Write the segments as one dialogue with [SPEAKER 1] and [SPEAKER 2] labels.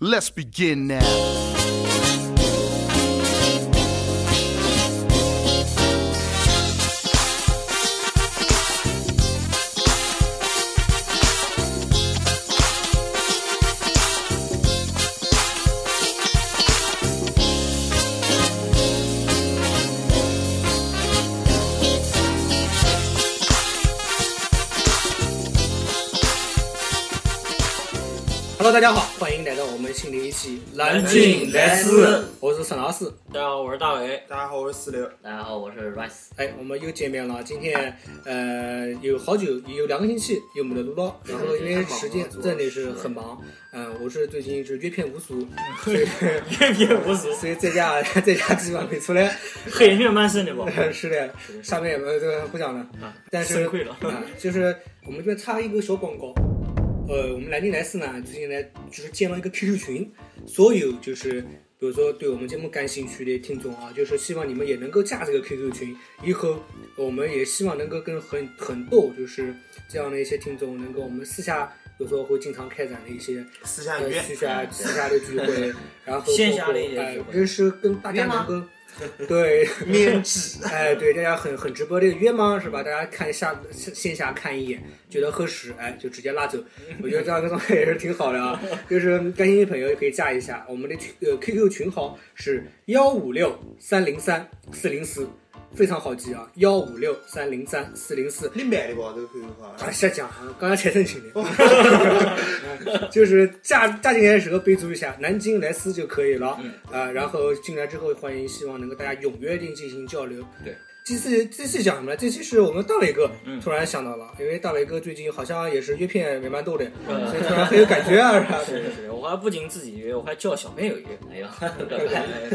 [SPEAKER 1] Let's begin now.
[SPEAKER 2] Hello，大家好，欢迎来到我们新的一期《南
[SPEAKER 3] 京
[SPEAKER 2] 来
[SPEAKER 3] 来
[SPEAKER 2] 斯
[SPEAKER 3] 斯》，
[SPEAKER 2] 我是沈老师。
[SPEAKER 3] 大家好，我是大伟。
[SPEAKER 4] 大家好，我是四 六。
[SPEAKER 3] 大家好，我是 Rice。
[SPEAKER 2] 哎，我们又见面了。今天呃，有好久，有两个星期又没得录到，然后因为时间真的是很忙，嗯、我是最近是阅片无数，所以
[SPEAKER 3] 阅片无数，
[SPEAKER 2] 所以在家在家基本上没出来。
[SPEAKER 3] 黑面蛮深的 吧？
[SPEAKER 2] 是的，上面呃这个不讲了，
[SPEAKER 3] 啊
[SPEAKER 2] 但是
[SPEAKER 3] 崩溃了。
[SPEAKER 2] 啊，就是我们这边插一个小广告。呃，我们南京来四呢，最近呢就是建了一个 QQ 群，所有就是比如说对我们节目感兴趣的听众啊，就是希望你们也能够加这个 QQ 群。以后我们也希望能够跟很很多就是这样的一些听众，能够我们私下比如说会经常开展的一些
[SPEAKER 4] 私下
[SPEAKER 2] 呃
[SPEAKER 4] 约，
[SPEAKER 2] 私下私下的聚会，然后
[SPEAKER 3] 线
[SPEAKER 2] 包
[SPEAKER 3] 下
[SPEAKER 2] 括
[SPEAKER 3] 的一些
[SPEAKER 2] 哎
[SPEAKER 3] 聚会
[SPEAKER 2] 认识跟大家能够 对
[SPEAKER 4] 面质。
[SPEAKER 2] 哎，对，大家很很直播这个约吗？是吧？大家看下线线下看一眼，觉得合适，哎，就直接拉走。我觉得这样一个状态也是挺好的啊，就是感兴趣的朋友也可以加一下。我们的群呃 QQ 群号是幺五六三零三四零四，非常好记啊，幺五六三零三四零四。
[SPEAKER 4] 你买的吧？这个 QQ 号
[SPEAKER 2] 啊，瞎讲啊！刚才才正经的，
[SPEAKER 3] 哦
[SPEAKER 2] 就是嫁嫁进来的时候备注一下南京莱斯就可以了啊、
[SPEAKER 3] 嗯
[SPEAKER 2] 然后进来之后，欢迎希望能够大家踊跃地进行交流。
[SPEAKER 3] 对，
[SPEAKER 2] 这次这次讲什么呢？这期是我们大伟哥
[SPEAKER 3] 嗯
[SPEAKER 2] 突然想到了，因为大伟哥最近好像也是约片也蛮多的，
[SPEAKER 3] 嗯
[SPEAKER 2] 所以突然很有感觉啊，是 吧？
[SPEAKER 3] 是是是，我还不仅自己约，我还叫小朋友约。 哎呀，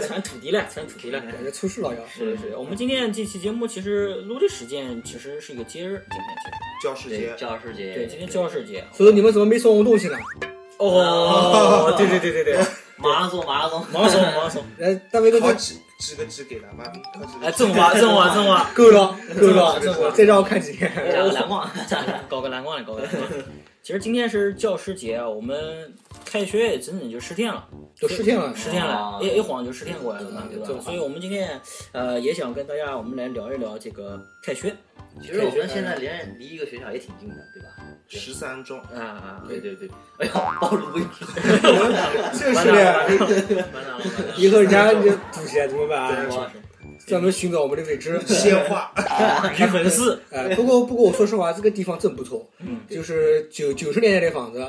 [SPEAKER 3] 传土地了，传土地了。
[SPEAKER 2] 感觉出事了要。
[SPEAKER 3] 是是，我们今天这期节目其实录的时间其实是一个节日，今天其实
[SPEAKER 4] 教师节，
[SPEAKER 5] 教师节，
[SPEAKER 3] 对，今天教师节。
[SPEAKER 2] 所以你们怎么没送我东西呢？
[SPEAKER 3] 哦，对对对对对，
[SPEAKER 5] 马拉松，马拉松，
[SPEAKER 3] 忙怂忙怂。
[SPEAKER 2] 来，大伟哥，
[SPEAKER 4] 好几几个 G 给他妈逼，好几
[SPEAKER 3] 哎，
[SPEAKER 4] 个 G。
[SPEAKER 3] 正话正话正话，
[SPEAKER 2] 够 了，够
[SPEAKER 4] 这个这
[SPEAKER 2] 了，
[SPEAKER 4] 个
[SPEAKER 2] 再让我看几天。
[SPEAKER 5] 加个 篮筐，
[SPEAKER 3] 搞个蓝光了，搞个蓝光。其实今天是教师节啊，我们开学也整整就十天了。
[SPEAKER 2] 都十天了，
[SPEAKER 3] 十天了，
[SPEAKER 5] 啊
[SPEAKER 3] 一一晃就十天过来了嘛，对吧
[SPEAKER 2] 这么？快
[SPEAKER 3] 所以我们今天呃也想跟大家我们来聊一聊这个开学
[SPEAKER 5] 其实我们现在连离一个学校也挺近的，对吧？
[SPEAKER 4] 十三中，
[SPEAKER 3] 啊啊，
[SPEAKER 5] 对对对，哎呀，暴露无遗，
[SPEAKER 2] 就是的，
[SPEAKER 3] 完蛋了完蛋了，
[SPEAKER 2] 以后人家就堵起来怎么办啊？
[SPEAKER 5] 我
[SPEAKER 2] 专门寻找我们的未知。
[SPEAKER 4] 鲜 花。
[SPEAKER 3] 女粉丝，
[SPEAKER 2] 哎，不过不过我说实话，这个地方真不错，
[SPEAKER 3] 嗯，
[SPEAKER 2] 就是九九十年代的房子，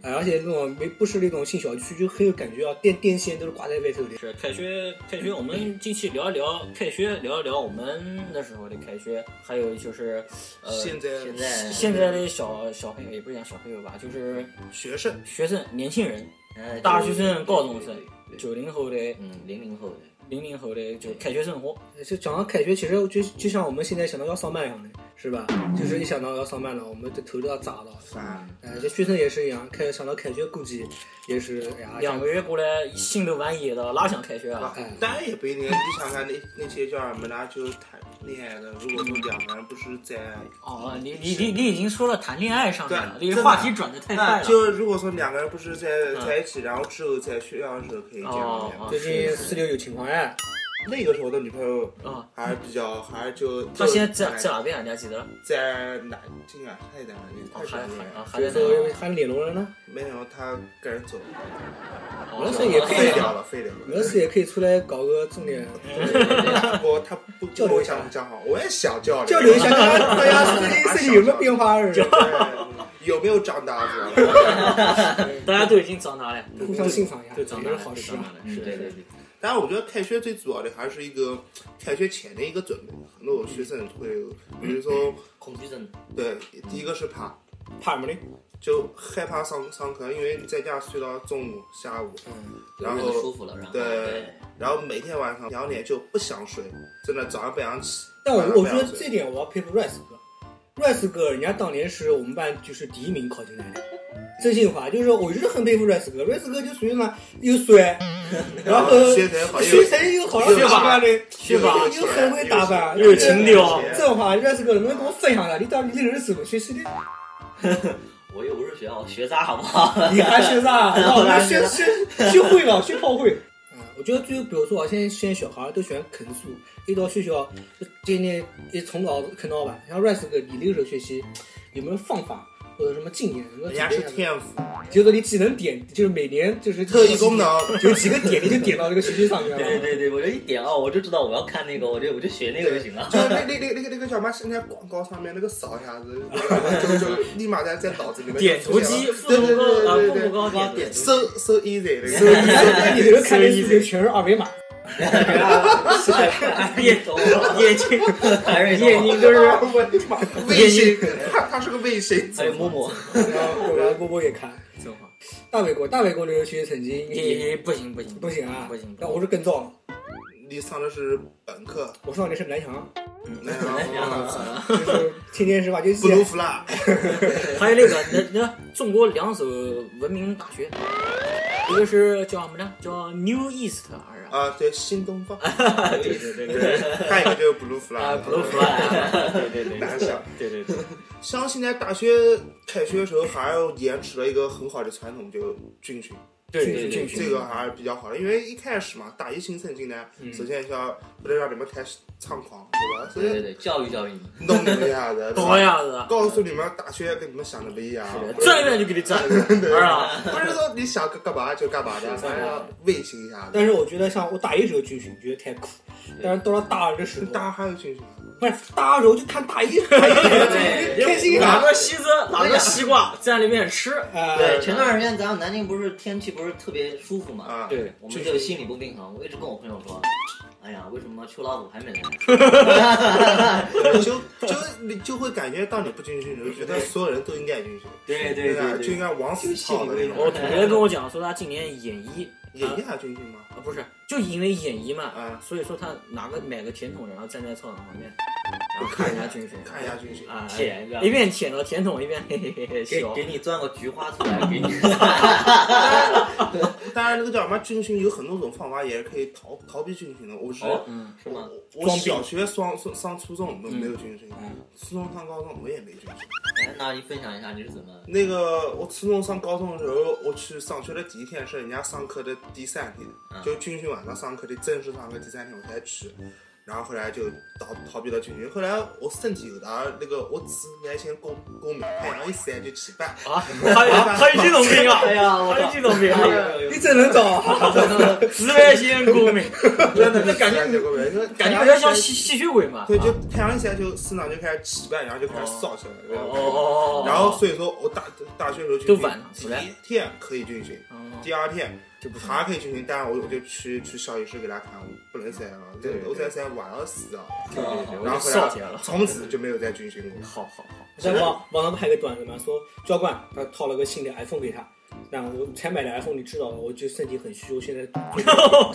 [SPEAKER 2] 哎，而且那种没不是那种新小区，就很有感觉啊，电电线都是挂在外头的。
[SPEAKER 3] 是开学开学，我们近期聊一聊开学，聊一聊我们那时候的开学，还有就是呃
[SPEAKER 4] 现在
[SPEAKER 5] 现在
[SPEAKER 3] 现在的小小朋友也不是讲小朋友吧，就是
[SPEAKER 4] 学生
[SPEAKER 3] 学生年轻人，
[SPEAKER 5] 在
[SPEAKER 3] 大学生高中生，
[SPEAKER 5] 就
[SPEAKER 3] 九零后的
[SPEAKER 5] 呃嗯零零后 的，
[SPEAKER 3] 零零后的就开学生活，
[SPEAKER 2] 就讲到开学，其实就就像我们现在想到要上班一样的，是吧？就是一想到要上班了，我们的头都要炸了。
[SPEAKER 4] 烦，
[SPEAKER 2] 哎，这学生也是一样，开想到开学，估计也是哎呀，
[SPEAKER 3] 两个月过来心都玩野的，哪想开学啊？
[SPEAKER 2] 哎
[SPEAKER 4] 当然也不一定。你想看那那些叫什么呢？就谈恋爱的，如果说两个人不是在，
[SPEAKER 3] 哦，你你你你已经说了谈恋爱上面了，
[SPEAKER 4] 对
[SPEAKER 3] 你
[SPEAKER 4] 真的
[SPEAKER 3] 话题转的太快
[SPEAKER 4] 那
[SPEAKER 3] 了。
[SPEAKER 4] 就如果说两个人不是在
[SPEAKER 3] 嗯
[SPEAKER 4] 在一起，然后之后在学校的时候可以见到面
[SPEAKER 3] 哦。哦
[SPEAKER 2] 啊最近四六有情况哎，
[SPEAKER 4] 那个时候的女朋友
[SPEAKER 3] 啊，
[SPEAKER 4] 还是比较，还是就
[SPEAKER 3] 他哦现在在
[SPEAKER 4] 就
[SPEAKER 3] 在哪边？你还记得？
[SPEAKER 4] 在南京啊，太难了，
[SPEAKER 3] 哦
[SPEAKER 4] 太
[SPEAKER 3] 还
[SPEAKER 4] 难
[SPEAKER 3] 还
[SPEAKER 4] 了。
[SPEAKER 3] 还在
[SPEAKER 2] 所以
[SPEAKER 3] 那？
[SPEAKER 2] 还联络了呢，
[SPEAKER 4] 没有，他跟人走了，
[SPEAKER 3] 哦
[SPEAKER 2] 没事也可以
[SPEAKER 4] 废
[SPEAKER 2] 啊
[SPEAKER 4] 掉了，废掉了。
[SPEAKER 2] 没事也可以出来搞个重点。
[SPEAKER 4] 我他不
[SPEAKER 2] 交流一下
[SPEAKER 4] 想讲好，我也想交 流
[SPEAKER 2] 交流一下， 大家大家最近身体有没有变化？是吧
[SPEAKER 4] 对有没有长大是吧？
[SPEAKER 3] 大家都已经长大了，
[SPEAKER 2] 互相欣赏一下，
[SPEAKER 3] 都
[SPEAKER 2] 也
[SPEAKER 3] 长大了，
[SPEAKER 2] 是好
[SPEAKER 3] 都
[SPEAKER 2] 事
[SPEAKER 3] 长大
[SPEAKER 2] 啊。
[SPEAKER 3] 了。
[SPEAKER 5] 嗯
[SPEAKER 3] 是
[SPEAKER 5] 对对
[SPEAKER 3] 是。
[SPEAKER 5] 对，
[SPEAKER 4] 当然，我觉得开学最主要的还是一个开学前的一个准备。很多学生会有，比如说，
[SPEAKER 5] 恐惧症，
[SPEAKER 4] 对，第一个是怕，
[SPEAKER 2] 怕什么呢？
[SPEAKER 4] 就害怕上上课，因为你在家睡到中午、下午，
[SPEAKER 2] 嗯，
[SPEAKER 4] 然
[SPEAKER 5] 日子舒
[SPEAKER 4] 后
[SPEAKER 5] 服了，然后哎
[SPEAKER 4] 对，然后每天晚上两点就不想睡，真的早上不 想起。
[SPEAKER 2] 但我
[SPEAKER 4] 晚上
[SPEAKER 2] 我
[SPEAKER 4] 不
[SPEAKER 2] 觉
[SPEAKER 4] 想
[SPEAKER 2] 得
[SPEAKER 4] 睡
[SPEAKER 2] 这点我要佩服 Rice 哥，Rice 哥人家当年是我们班就是第一名考进来的，真心话，就是我一直很佩服 Rice 哥，Rice 哥就属于呢又 帅，然后
[SPEAKER 4] 学成好又
[SPEAKER 2] 学成又好，
[SPEAKER 4] 又
[SPEAKER 2] 打扮的，
[SPEAKER 4] 学霸
[SPEAKER 2] 又又很会打扮，
[SPEAKER 3] 又有情调
[SPEAKER 2] 这种话，Rice 哥能不能跟我分享一下，你到底那人是怎么学习的？
[SPEAKER 5] 我又不是学校学渣，好不好？
[SPEAKER 2] 你还学啥？我
[SPEAKER 5] 我
[SPEAKER 2] 们
[SPEAKER 5] 还
[SPEAKER 2] 学
[SPEAKER 5] 学
[SPEAKER 2] 学学会了，学炮会。嗯，我觉得最，比如说啊，现在现在小孩儿都喜欢啃书，一到学校就天天一从早啃到晚。像 Rice 哥，你那个时候学习有没有方法或者什么经验？
[SPEAKER 4] 人家是天 赋，
[SPEAKER 2] 就是你技能点，就是每年就是
[SPEAKER 4] 特异功，能。
[SPEAKER 2] 有几个点你就点到这个学习上面
[SPEAKER 5] 对对
[SPEAKER 2] 了。
[SPEAKER 5] 对对，我就一点啊，我就知道我要看那个，我就我就学那个就行了。
[SPEAKER 4] 就是那那那那个那个叫什么？现在广告上面那个扫一下子，就就就立马在在脑子里面
[SPEAKER 3] 点头肌、腹
[SPEAKER 4] 对对
[SPEAKER 3] 部高啊，
[SPEAKER 4] 对
[SPEAKER 3] 腹
[SPEAKER 4] 对
[SPEAKER 3] 部
[SPEAKER 4] 对
[SPEAKER 3] 高点头肌
[SPEAKER 4] 对，so so easy 那
[SPEAKER 2] 所以
[SPEAKER 4] 个。
[SPEAKER 2] 你这个看的视频全是二维码，
[SPEAKER 3] 啊
[SPEAKER 5] 眼睛，眼睛，还是
[SPEAKER 3] 眼睛就是
[SPEAKER 4] 我的妈！卫星，他他是个卫星，
[SPEAKER 5] 还有摸摸，
[SPEAKER 2] 然后果然波波也看。
[SPEAKER 3] 真好，
[SPEAKER 2] 大伟哥，大伟哥那个学习成绩
[SPEAKER 3] 也
[SPEAKER 2] 你
[SPEAKER 3] 也不行不行
[SPEAKER 2] 不行啊
[SPEAKER 3] 不行，不
[SPEAKER 2] 那
[SPEAKER 3] 行，
[SPEAKER 2] 我是更糟了，
[SPEAKER 4] 你上的是本课，
[SPEAKER 2] 我上的是南翔，
[SPEAKER 4] 那个
[SPEAKER 2] 就是天天是吧？就是
[SPEAKER 4] 布鲁弗拉，
[SPEAKER 3] 还有那个那那中国两所文明大学，一个是叫什么呢？叫 New East 还是？
[SPEAKER 4] 啊，对，新东方，
[SPEAKER 3] 对 对对 对，
[SPEAKER 4] 还有一个就是布鲁弗拉
[SPEAKER 3] 啊，，不露出来，对对对，
[SPEAKER 4] 南翔。
[SPEAKER 3] 对对对，
[SPEAKER 4] 像现在大学开学的时候，还有延迟了一个很好的传统，就军训。
[SPEAKER 3] 对
[SPEAKER 2] 进去
[SPEAKER 3] 对对
[SPEAKER 2] 进
[SPEAKER 3] 对
[SPEAKER 2] 去，
[SPEAKER 4] 这个还是比较好的，因为一开始嘛，大一新生进来，首先要不能让你们太猖狂，对吧？所
[SPEAKER 5] 对对
[SPEAKER 4] 以
[SPEAKER 5] 对，教育教育你。
[SPEAKER 4] 弄你们一 下子，
[SPEAKER 3] 倒一下子，
[SPEAKER 4] 告诉你们大学跟你们想的不一样，
[SPEAKER 3] 转一转就给你转了，是吧？
[SPEAKER 4] 不是说你想干干嘛就干嘛的，还要卫星一下子。
[SPEAKER 2] 但是我觉得像我大一时候军训觉得太酷，但是到了大二的时候，
[SPEAKER 4] 大家还有军训，
[SPEAKER 2] 不是大二时候就看大一，开心
[SPEAKER 3] 拿
[SPEAKER 2] 啊！
[SPEAKER 3] 个西子，拿个西瓜站里面吃，
[SPEAKER 2] 啊，
[SPEAKER 5] 对，前段时间咱们南京不是天气不是特别舒服嘛，
[SPEAKER 4] 啊，
[SPEAKER 3] 对，
[SPEAKER 5] 我们就心理不平衡。我一直跟我朋友说，哎呀，为什么秋老虎还没来？
[SPEAKER 4] 就就你就会感觉到你不军训，你就觉得所有人都应该军训，
[SPEAKER 5] 对对
[SPEAKER 4] 对吧？就
[SPEAKER 5] 对，
[SPEAKER 4] 应该往死操的那种。
[SPEAKER 3] 我同学跟我讲说他今年演一
[SPEAKER 4] 演一下军训吗？
[SPEAKER 3] 啊，不是，就因为演一嘛，啊
[SPEAKER 4] 嗯
[SPEAKER 3] 所以说他拿个买个甜筒，然后站在操场旁边，然后看人家军 训，
[SPEAKER 4] 看一下军训，
[SPEAKER 3] 啊，
[SPEAKER 5] 舔一下
[SPEAKER 3] 一边舔着甜筒一边 嘿嘿嘿嘿
[SPEAKER 5] 给
[SPEAKER 3] 笑
[SPEAKER 5] 给，你钻个菊花出来 给你。
[SPEAKER 4] 当然，那个叫什么军训有很多种方法，也是可以逃逃避军训的。我是、
[SPEAKER 5] 哦
[SPEAKER 3] 嗯，
[SPEAKER 5] 是吗？
[SPEAKER 4] 我
[SPEAKER 2] 装逼
[SPEAKER 4] 小学上上上初中都没有军训，
[SPEAKER 3] 嗯
[SPEAKER 4] 初中上高中我也没军训。
[SPEAKER 5] 哎，那你分享一下你是怎么？
[SPEAKER 4] 那个我初中上高中的时候，我去上学的第一天是人家上课的第三天，
[SPEAKER 5] 嗯
[SPEAKER 4] 就军训晚上上课的正式上课第三天我才去。然后后来就逃逃避了军训，后来我身体有点儿那个，我紫外线过过敏，太阳一晒就起斑。
[SPEAKER 3] 啊，还有 还有这种病啊，
[SPEAKER 5] 哎呀，我
[SPEAKER 3] 还有
[SPEAKER 5] 操！
[SPEAKER 3] 这种病啊，
[SPEAKER 2] 你真能找，
[SPEAKER 3] 紫外线过敏，
[SPEAKER 4] 真的感觉过敏，
[SPEAKER 3] 感觉
[SPEAKER 4] 有
[SPEAKER 3] 比较像吸吸血鬼嘛，
[SPEAKER 4] 对，就
[SPEAKER 3] 啊
[SPEAKER 4] 太阳一晒就身上就开始起斑，然后就开始烧起
[SPEAKER 3] 哦
[SPEAKER 4] 来。然后
[SPEAKER 3] 哦哦，哦
[SPEAKER 4] 然后所以说我大大学的时候军训
[SPEAKER 3] 都晚上
[SPEAKER 4] 第
[SPEAKER 3] 回来
[SPEAKER 4] 一天可以军训，
[SPEAKER 3] 哦
[SPEAKER 4] 第二天
[SPEAKER 3] 就不行
[SPEAKER 4] 还可以军训，但是我我就去去校医室给他看，我不能塞了，这
[SPEAKER 3] 对对
[SPEAKER 4] 我再塞晚上死啊。
[SPEAKER 3] 对对对，我
[SPEAKER 4] 然后
[SPEAKER 3] 就
[SPEAKER 4] 回
[SPEAKER 3] 笑起来
[SPEAKER 4] 来
[SPEAKER 3] 了，
[SPEAKER 4] 从此就没有再军训过。
[SPEAKER 3] 好好好，
[SPEAKER 2] 在网网上拍个短什么说教官他套了个新的 iPhone 给他，那我才买的 iPhone 你知道吗？我就身体很虚，我现在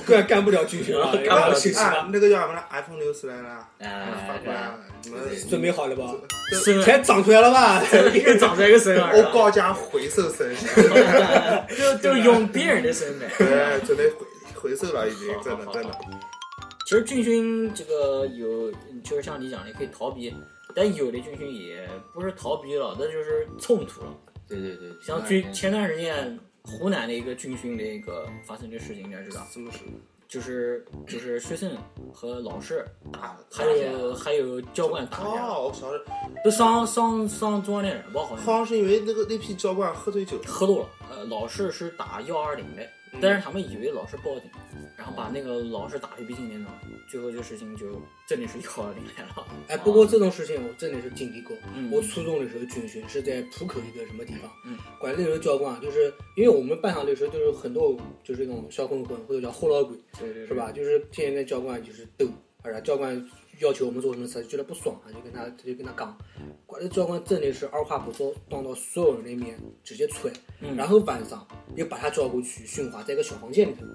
[SPEAKER 2] 突然干不了军训了，然后
[SPEAKER 3] 嗯
[SPEAKER 2] 休息
[SPEAKER 4] 啊
[SPEAKER 2] 吧，，
[SPEAKER 4] 那个叫什么来？iPhone 六出来了，
[SPEAKER 5] 哎
[SPEAKER 4] 反过来，了，你们
[SPEAKER 2] 准备好了吧？
[SPEAKER 4] 这
[SPEAKER 3] 生
[SPEAKER 2] 才长出来了吧？
[SPEAKER 3] 一 个长在一个身上，
[SPEAKER 4] 我哦高价回收生，
[SPEAKER 3] 就就用别人的身份。
[SPEAKER 4] 对，准备回回收了已经，
[SPEAKER 3] 好
[SPEAKER 4] 真的
[SPEAKER 3] 好好
[SPEAKER 4] 真的。
[SPEAKER 3] 其实军训这个有，就是像你讲的可以逃避，但有的军训也不是逃避了，那就是冲突了。
[SPEAKER 5] 对对对，
[SPEAKER 3] 像
[SPEAKER 4] 哎
[SPEAKER 3] 军前段时间湖南的一个军训的一个发生的事情，应该知道，
[SPEAKER 4] 什么事？
[SPEAKER 3] 就是就是学生和老师，
[SPEAKER 4] 大
[SPEAKER 3] 还有还有教官打架，
[SPEAKER 4] 哦，我晓得，
[SPEAKER 3] 都伤伤伤中央电人吧，好
[SPEAKER 4] 好
[SPEAKER 3] 像
[SPEAKER 4] 像是因为那个那批教官喝醉酒了，
[SPEAKER 3] 喝多了。呃，老师是打幺二零的，
[SPEAKER 2] 嗯
[SPEAKER 3] 但是他们以为老师报警，然后把那个老师打回毕竟连长，最后这事情就真的是幺二零来了。啊
[SPEAKER 2] 哎，不过这种事情我真的是经历过。
[SPEAKER 3] 嗯
[SPEAKER 2] 我初中的时候军训是在浦口一个什么地方，
[SPEAKER 3] 嗯，
[SPEAKER 2] 管那时候教官啊，就是因为我们班上那时候就是很多就是那种小混混或者叫后老鬼，
[SPEAKER 3] 对对
[SPEAKER 2] 是？吧？就是天天跟教官就是啊斗，而且教官要求我们做什么事，觉得不爽啊，就跟他就跟他杠。管这教官真的是二话不说，当着所有人的面直接踹，
[SPEAKER 3] 嗯
[SPEAKER 2] 然后晚上又把他叫过去训话，在一个小房间里头。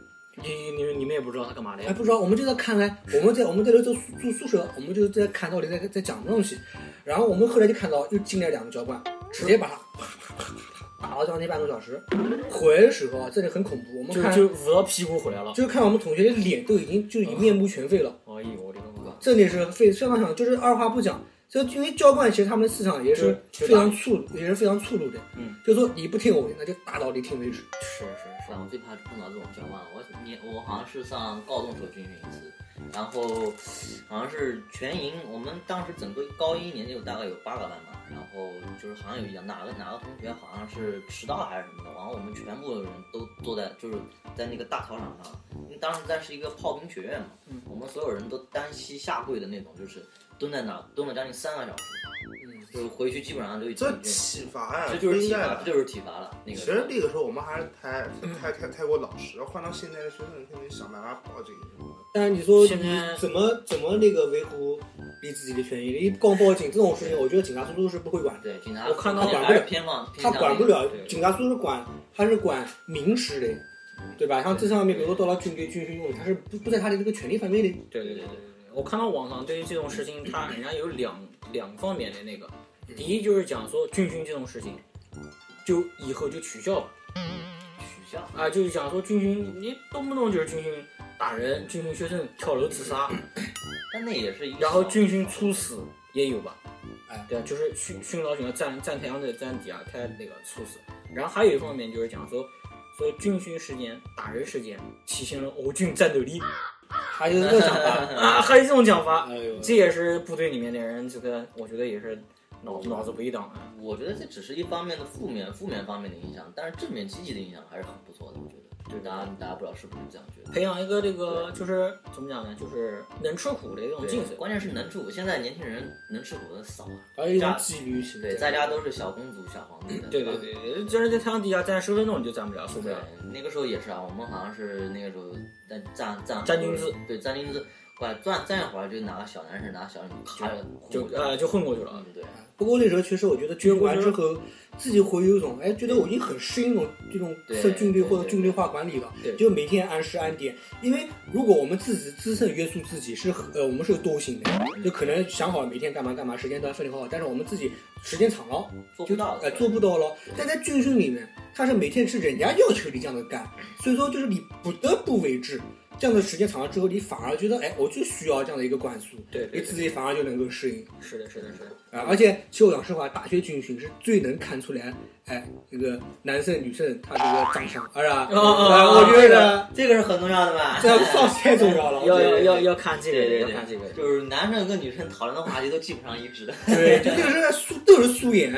[SPEAKER 3] 你你你们也不知道他干嘛的
[SPEAKER 2] 哎，
[SPEAKER 3] 呀？
[SPEAKER 2] 不知道，我们就在看看，我们在我们在这住住宿舍，我们就在看到底在在讲什么东西。然后我们后来就看到又进来两个教官，直接把他啪啪啪啪啪打了将近半个小时。回来的时候啊，真的很恐怖，我们
[SPEAKER 3] 就
[SPEAKER 2] 看
[SPEAKER 3] 就捂到屁股回来了。
[SPEAKER 2] 就看我们同学的脸都已经就已经面目全非了。
[SPEAKER 3] 哎呦我的个妈！
[SPEAKER 2] 这里是非非常想，就是二话不讲，就因为教官其实他们的市场也是
[SPEAKER 3] 就
[SPEAKER 2] 非
[SPEAKER 3] 就打
[SPEAKER 2] 常粗，也是非常粗鲁的。
[SPEAKER 3] 嗯，
[SPEAKER 2] 就说你不听我的，那就打到你听为止。
[SPEAKER 3] 是是
[SPEAKER 5] 是啊，我最怕碰到这种教官了。我你我
[SPEAKER 2] 嗯
[SPEAKER 5] 好像是上高中时候军训一次，然后好像是全营，我们当时整个高一年级有大概有八个班吧，然后就是好像有一个哪个哪个同学好像是迟到还是什么的，然后我们全部的人都坐在就是在那个大操场上，因为当时在是一个炮兵学院嘛，
[SPEAKER 2] 嗯
[SPEAKER 5] 我们所有人都单膝下跪的那种，就是蹲在那儿蹲了将近三个小时，
[SPEAKER 2] 嗯，
[SPEAKER 5] 就是回去基本上就已经
[SPEAKER 4] 这体罚呀，
[SPEAKER 5] 这就是
[SPEAKER 4] 啊不
[SPEAKER 5] 体
[SPEAKER 4] 应该
[SPEAKER 5] 罚，
[SPEAKER 4] 的
[SPEAKER 5] 这就是体罚了。那个
[SPEAKER 4] 其实那个时候我们还是太
[SPEAKER 3] 嗯
[SPEAKER 4] 太太太过老实，换到现在的学生肯定想办法报警什么
[SPEAKER 2] 但是你说
[SPEAKER 3] 现
[SPEAKER 2] 你
[SPEAKER 3] 在
[SPEAKER 2] 怎么怎么那个维护你自己的权益？你光报警这种事情，我觉得警察叔叔是不会管的。
[SPEAKER 5] 对警察，
[SPEAKER 2] 我看到管不
[SPEAKER 5] 还是
[SPEAKER 2] 了
[SPEAKER 5] 偏放，偏
[SPEAKER 2] 他
[SPEAKER 5] 向
[SPEAKER 2] 管
[SPEAKER 5] 那
[SPEAKER 2] 不
[SPEAKER 5] 个
[SPEAKER 2] 了
[SPEAKER 5] 对，
[SPEAKER 2] 警察叔叔管他是管民事的，对吧？像这上面，比如说到了军队军训用，他是不不在他的这个权利范围内。
[SPEAKER 3] 对对对对对，我看到网上对于这种事情，他人家有两两方面的那个，
[SPEAKER 2] 嗯
[SPEAKER 3] 第一就是讲说军训这种事情，就以后就取消了
[SPEAKER 5] 取消。
[SPEAKER 3] 啊，就是讲说军训，你动不动就是军训打人、军训学生跳楼自杀，
[SPEAKER 5] 但那也是一个
[SPEAKER 3] 然后军训猝死也有吧？
[SPEAKER 2] 哎，
[SPEAKER 3] 对啊，就是训训老喜欢站站太阳的啊站底下，太那个猝死。然后还有一方面就是讲说。说军训时间、打人时间体现了俄军战斗力
[SPEAKER 2] 还有这个想法，
[SPEAKER 3] 啊，还有这种讲法，
[SPEAKER 2] 哎呦，
[SPEAKER 3] 这也是部队里面的人，这个我觉得也是脑脑子不一档啊。
[SPEAKER 5] 我觉得这只是一方面的负面负面方面的影响，但是正面积极的影响还是很不错的，我觉得。对，大家大家不知道是不是这样觉得？
[SPEAKER 3] 培养一个这个就是怎么讲呢，就是能吃苦的一种
[SPEAKER 5] 对
[SPEAKER 3] 精神。
[SPEAKER 5] 关键是能吃苦。现在年轻人能吃苦的少啊，
[SPEAKER 2] 还有一种纪律性。
[SPEAKER 5] 对，在家都是小公主、小皇帝的。
[SPEAKER 3] 对对对对，就是在太阳底下站十分钟你就站不了，受不
[SPEAKER 5] 对
[SPEAKER 3] 了。，
[SPEAKER 5] 那个时候也是啊，我们好像是那个时候在站站
[SPEAKER 3] 站军姿，
[SPEAKER 5] 对站军姿，管站站一会儿就拿个小男生拿个小女生卡着
[SPEAKER 3] 就
[SPEAKER 5] 轰
[SPEAKER 3] 呃就混过去了。
[SPEAKER 5] 嗯对，
[SPEAKER 2] 不过那时候确实，我觉得军训完之后，自己会有一种哎，觉得我已经很适应这种这种
[SPEAKER 5] 对
[SPEAKER 2] 受军队或者
[SPEAKER 5] 对
[SPEAKER 2] 军队化管理了
[SPEAKER 3] 对，
[SPEAKER 2] 就每天按时按点。因为如果我们自己自身约束自己是很呃，我们是有惰性的，就可能想好每天干嘛干嘛，时间段分得好好，但是我们自己时间长了
[SPEAKER 5] 做不
[SPEAKER 2] 就
[SPEAKER 5] 到的，
[SPEAKER 2] 哎做不到了。但在军训里面，他是每天是人家要求你这样的干，所以说就是你不得不为之。这样的时间长了之后，你反而觉得哎，我就需要这样的一个灌输，
[SPEAKER 3] 对
[SPEAKER 2] 你
[SPEAKER 3] 对对
[SPEAKER 2] 自己反而就能够适应。
[SPEAKER 3] 是的，是的，是的。
[SPEAKER 2] 啊，而且其实我讲实话，大学军训是最能看出来，哎，那个男生女生他这个长相，是吧？
[SPEAKER 3] 哦哦
[SPEAKER 2] 啊
[SPEAKER 3] 哦
[SPEAKER 2] 我觉得
[SPEAKER 5] 这个这个是很重要的吧？
[SPEAKER 2] 这样放太重要了，我觉
[SPEAKER 3] 要
[SPEAKER 2] 得
[SPEAKER 3] 要要要看这
[SPEAKER 5] 对
[SPEAKER 3] 个，
[SPEAKER 5] 对
[SPEAKER 3] 要
[SPEAKER 5] 对
[SPEAKER 3] 看这个。
[SPEAKER 5] 就是男生跟女生讨论的话题都基本上一 致的。
[SPEAKER 2] 对，就这个是素都是素颜，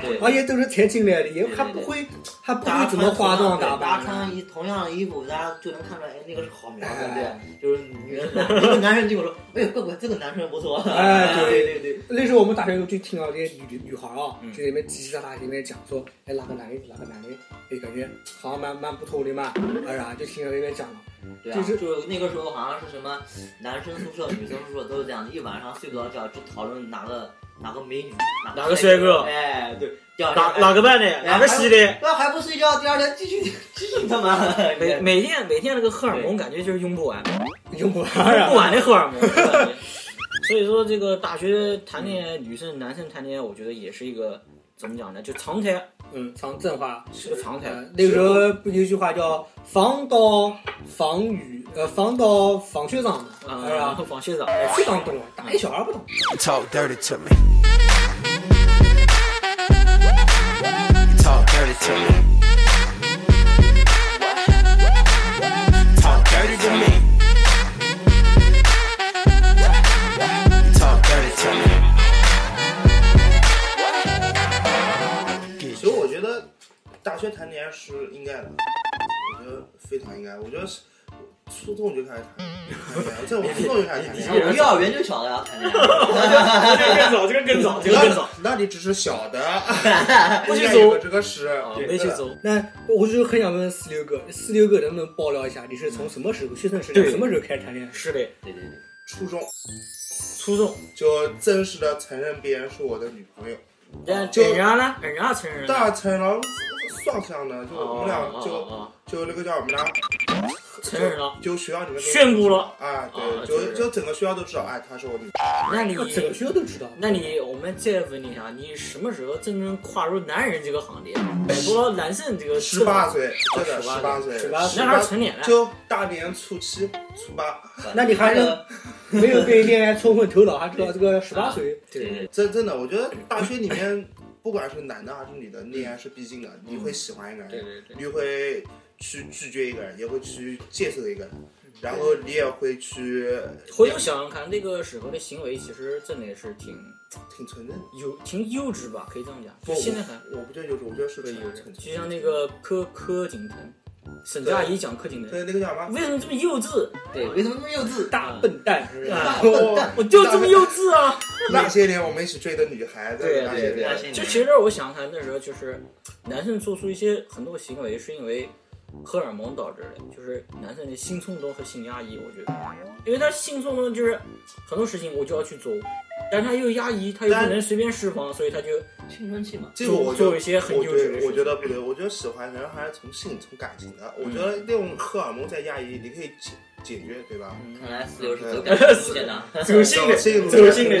[SPEAKER 5] 对
[SPEAKER 2] 而且都是才进来的，也
[SPEAKER 5] 对对
[SPEAKER 2] 还不会还不
[SPEAKER 5] 大
[SPEAKER 2] 会
[SPEAKER 5] 家
[SPEAKER 2] 怎么化妆打
[SPEAKER 5] 打大
[SPEAKER 2] 扮。
[SPEAKER 5] 家穿一同样的衣服，大家就能看出来，哎，那个是好苗子，
[SPEAKER 2] 哎
[SPEAKER 5] 对，就是女生，一个男生就会说，哎呦，乖乖，这个男生 不错，
[SPEAKER 2] 哎对
[SPEAKER 5] 对对
[SPEAKER 2] 那时候我们大学就听到这些女女孩啊，就在那边叽叽喳喳里面讲说，哎，哪个男的哪个男的，哎，感觉好像蛮蛮不错的嘛，哎呀，就听到那边讲了，
[SPEAKER 5] 对啊，
[SPEAKER 2] 就是
[SPEAKER 5] 就是那个时候好像是什么男生宿舍、女生宿舍都是这样的，一晚上睡不着觉，就讨论哪个哪个美女，
[SPEAKER 3] 哪
[SPEAKER 5] 哪
[SPEAKER 3] 个
[SPEAKER 5] 个
[SPEAKER 3] 帅哥
[SPEAKER 5] 哎，对，第二天
[SPEAKER 3] 哪哪个班的，哪个系的？
[SPEAKER 5] 那还不睡觉，第二天继续继续他妈，
[SPEAKER 2] 哎
[SPEAKER 3] 每每天每天那个荷尔蒙感觉就是用不完，
[SPEAKER 2] 用不完
[SPEAKER 3] 用不
[SPEAKER 2] 啊，
[SPEAKER 3] 完的荷尔蒙。所以说，这个大学谈恋爱，女生男生谈恋爱，我觉得也是一个怎么讲呢？就常态，
[SPEAKER 2] 嗯，长正话。
[SPEAKER 3] 是个常态。
[SPEAKER 2] 呃，那个时候不有一句话叫“防刀防雨”，呃，防刀防学长嘛，
[SPEAKER 3] 啊，
[SPEAKER 2] 是
[SPEAKER 3] 然
[SPEAKER 2] 吧
[SPEAKER 3] 后？防学长，
[SPEAKER 2] 哎学长懂了，打一小孩不懂。
[SPEAKER 1] Talk dirty to me. Talk dirty to me. Talk dirty to me. Talk dirty to me.
[SPEAKER 4] 的。其实我觉得大学谈恋爱是应该的，我觉得非常应该。我觉得是初中就开始 谈恋爱，在我初中就开始谈恋爱。
[SPEAKER 5] 幼儿园就晓得要谈恋爱，
[SPEAKER 3] 这个更早，这个更 早，这个更早，
[SPEAKER 4] 那那你只是小的，
[SPEAKER 3] 不许
[SPEAKER 4] 应该有
[SPEAKER 3] 走
[SPEAKER 4] 个，这个啊是
[SPEAKER 3] 没去。走。
[SPEAKER 2] 那我就很想问四六哥，四六哥能不能爆料一下，你是从什么时候学生时代
[SPEAKER 3] 对
[SPEAKER 2] 什么时候开始谈恋爱？
[SPEAKER 3] 是的，
[SPEAKER 5] 对对对。
[SPEAKER 4] 初中
[SPEAKER 3] 初中，
[SPEAKER 4] 就正式的承认别人是我的女朋友，
[SPEAKER 3] 人
[SPEAKER 4] 就
[SPEAKER 3] 人家呢，人家承认了，
[SPEAKER 4] 大承认了算不上的，就我
[SPEAKER 3] 哦
[SPEAKER 4] 们俩
[SPEAKER 3] 哦
[SPEAKER 4] 就
[SPEAKER 3] 哦
[SPEAKER 4] 就那个叫我们俩
[SPEAKER 3] 承认了，
[SPEAKER 4] 就学校里面都
[SPEAKER 3] 炫酷了，
[SPEAKER 4] 哎，
[SPEAKER 3] 啊
[SPEAKER 4] 对，
[SPEAKER 3] 就是
[SPEAKER 4] 就就整个学校都知道，哎，他是我女，
[SPEAKER 3] 那你
[SPEAKER 2] 这个整个学校都知道。
[SPEAKER 3] 那你我们再问你一下，你什么时候真正跨入男人这个行列，摆脱了男性这个
[SPEAKER 4] 嗯十八
[SPEAKER 3] 这个
[SPEAKER 4] 岁，真的
[SPEAKER 3] 18
[SPEAKER 4] 十八岁，
[SPEAKER 2] 18岁
[SPEAKER 3] 男孩成 年了，
[SPEAKER 4] 就大年初七、初八，
[SPEAKER 2] 那你还能没有被恋爱冲昏头脑，还知道这个十八岁？
[SPEAKER 5] 对对，
[SPEAKER 4] 真真的，我觉得大学 里面不管是男的还是女的，恋爱是必经的，你会喜欢一个人，
[SPEAKER 3] 对对对
[SPEAKER 4] 你会去拒绝一个人，也会去接受一个人，
[SPEAKER 3] 嗯
[SPEAKER 4] 然后你也会去
[SPEAKER 3] 回头想想看，那个时候的行为其实真的是挺
[SPEAKER 4] 挺纯正的。
[SPEAKER 3] 幼、挺幼稚吧，可以这么讲。
[SPEAKER 4] 不，
[SPEAKER 3] 就现在还
[SPEAKER 4] 我我不觉得有，我觉得是
[SPEAKER 3] 对幼
[SPEAKER 4] 纯
[SPEAKER 3] 稚
[SPEAKER 4] 纯，
[SPEAKER 3] 就像那个柯柯景腾，沈佳宜讲柯景腾，
[SPEAKER 4] 对那个叫什么？
[SPEAKER 3] 为什么这么幼稚？
[SPEAKER 5] 对，为什么那么幼稚？
[SPEAKER 2] 大笨蛋！
[SPEAKER 3] 啊
[SPEAKER 4] 笨蛋
[SPEAKER 3] 我就这么幼稚啊！
[SPEAKER 4] 那些年我们一起追的女孩子，
[SPEAKER 3] 对
[SPEAKER 4] 那
[SPEAKER 3] 对
[SPEAKER 4] 些
[SPEAKER 3] 对
[SPEAKER 4] 年，
[SPEAKER 5] 对
[SPEAKER 3] 就其实我想想看，那时候就是男生做出一些很多行为，是因为荷尔蒙导致的，就是男生的性冲动和性压抑。我觉得，因为他性冲动就是很多事情我就要去做，但是他又压抑，他又不
[SPEAKER 4] 但
[SPEAKER 3] 能随便释放，所以他就
[SPEAKER 5] 青春期嘛，
[SPEAKER 4] 这个我就
[SPEAKER 3] 做一些很
[SPEAKER 4] 我
[SPEAKER 3] 幼稚
[SPEAKER 4] 觉
[SPEAKER 3] 的事
[SPEAKER 4] 得
[SPEAKER 3] 情
[SPEAKER 4] 我觉得不对，我觉得喜欢人还是从性从感情的，我觉得
[SPEAKER 3] 嗯
[SPEAKER 4] 那种荷尔蒙在压抑，你可以解解决，对吧？
[SPEAKER 3] 嗯
[SPEAKER 5] 看来四六是走 感情路线的。
[SPEAKER 3] 走心的，
[SPEAKER 4] 走心的
[SPEAKER 3] 走心的，
[SPEAKER 4] 走
[SPEAKER 3] 走
[SPEAKER 4] 心
[SPEAKER 3] 心
[SPEAKER 4] 的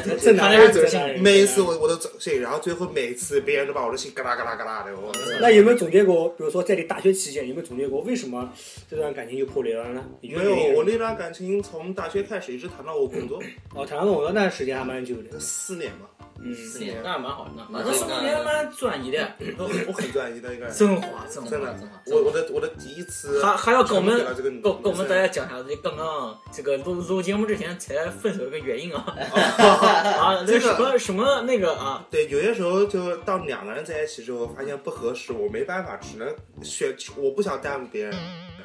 [SPEAKER 4] 走
[SPEAKER 3] 的，
[SPEAKER 4] 心
[SPEAKER 2] 的
[SPEAKER 3] 他那是走心的。
[SPEAKER 4] 每一次我我都走心，然后最后每一次别人都把我的心嘎啦嘎啦嘎啦的，我
[SPEAKER 2] 那有没有总结过？比如说在你大学期间，有没有总结过为什么这段感情就破裂了呢？你觉得
[SPEAKER 4] 没有
[SPEAKER 2] 原因是
[SPEAKER 4] 我那段感情从大学开始一直谈到我工作，
[SPEAKER 2] 哦，谈论我那段时间还蛮久的。
[SPEAKER 4] 四年嘛，
[SPEAKER 2] 嗯，
[SPEAKER 5] 四年，
[SPEAKER 3] 那蛮好的，那那
[SPEAKER 5] 蛮好的
[SPEAKER 3] 说明他妈转移的，
[SPEAKER 4] 我我很专一的一个人，
[SPEAKER 3] 真滑真滑
[SPEAKER 4] 真。的
[SPEAKER 5] 真好，
[SPEAKER 4] 我我的我的第一次
[SPEAKER 3] 还还要跟我们
[SPEAKER 4] 成为了这个女
[SPEAKER 3] 跟跟我们
[SPEAKER 4] 女生
[SPEAKER 3] 大家讲一下，这刚刚这个录录节目之前才分手的个原因 啊啊，这
[SPEAKER 4] 这个
[SPEAKER 3] 什么什么那个啊，
[SPEAKER 4] 对，有些时候就当两个人在一起之后，发现不合适，我没办法，只能选，我不想耽误别人，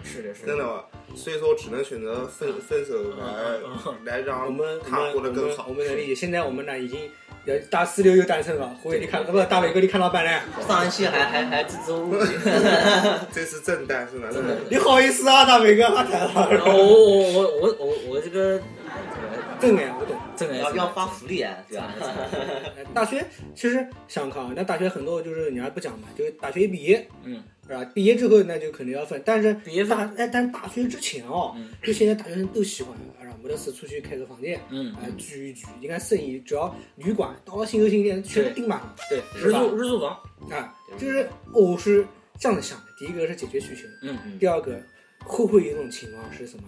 [SPEAKER 3] 是的，是
[SPEAKER 4] 真
[SPEAKER 3] 的，
[SPEAKER 4] 的嘛，所以说我只能选择分分手来
[SPEAKER 3] 嗯嗯嗯
[SPEAKER 4] 来让
[SPEAKER 2] 我们我
[SPEAKER 4] 他
[SPEAKER 2] 们
[SPEAKER 4] 活
[SPEAKER 2] 我
[SPEAKER 4] 得
[SPEAKER 2] 们
[SPEAKER 4] 更好
[SPEAKER 2] 我。们能理解。现在我们呢已经呃大四六又单身了，胡伟你看，呃不大伟哥你看老板呢？
[SPEAKER 5] 上一期还还还支支吾吾，
[SPEAKER 4] 这是正单身的，真的。
[SPEAKER 2] 你好意思啊，大伟哥他 谈
[SPEAKER 3] 然后
[SPEAKER 2] 了，
[SPEAKER 3] 我我我我我我这个哎
[SPEAKER 2] 正哎，我懂。
[SPEAKER 3] 这个真的
[SPEAKER 5] 要
[SPEAKER 3] 是
[SPEAKER 5] 要发福利啊，对吧？
[SPEAKER 2] 哎大学其实想想看啊，那大学很多就是人家不讲嘛，就是大学一毕业，
[SPEAKER 3] 嗯，
[SPEAKER 2] 是吧？毕业之后那就肯定要分，但是
[SPEAKER 3] 毕业分
[SPEAKER 2] 大哎，但大学之前哦，
[SPEAKER 3] 嗯
[SPEAKER 2] 就现在大学生都喜欢，啊，没得事出去开个房间，
[SPEAKER 3] 嗯
[SPEAKER 2] 啊，聚一聚，你看生意，只要旅馆到了新和新店全
[SPEAKER 3] 对
[SPEAKER 2] 部订满了，
[SPEAKER 3] 对
[SPEAKER 5] 是
[SPEAKER 3] 日
[SPEAKER 2] 吧
[SPEAKER 3] 租日租房，
[SPEAKER 2] 啊，就是我是这样子想的，第一个是解决需求，
[SPEAKER 3] 嗯
[SPEAKER 5] 嗯
[SPEAKER 2] 第二个会不会有一种情况是什么？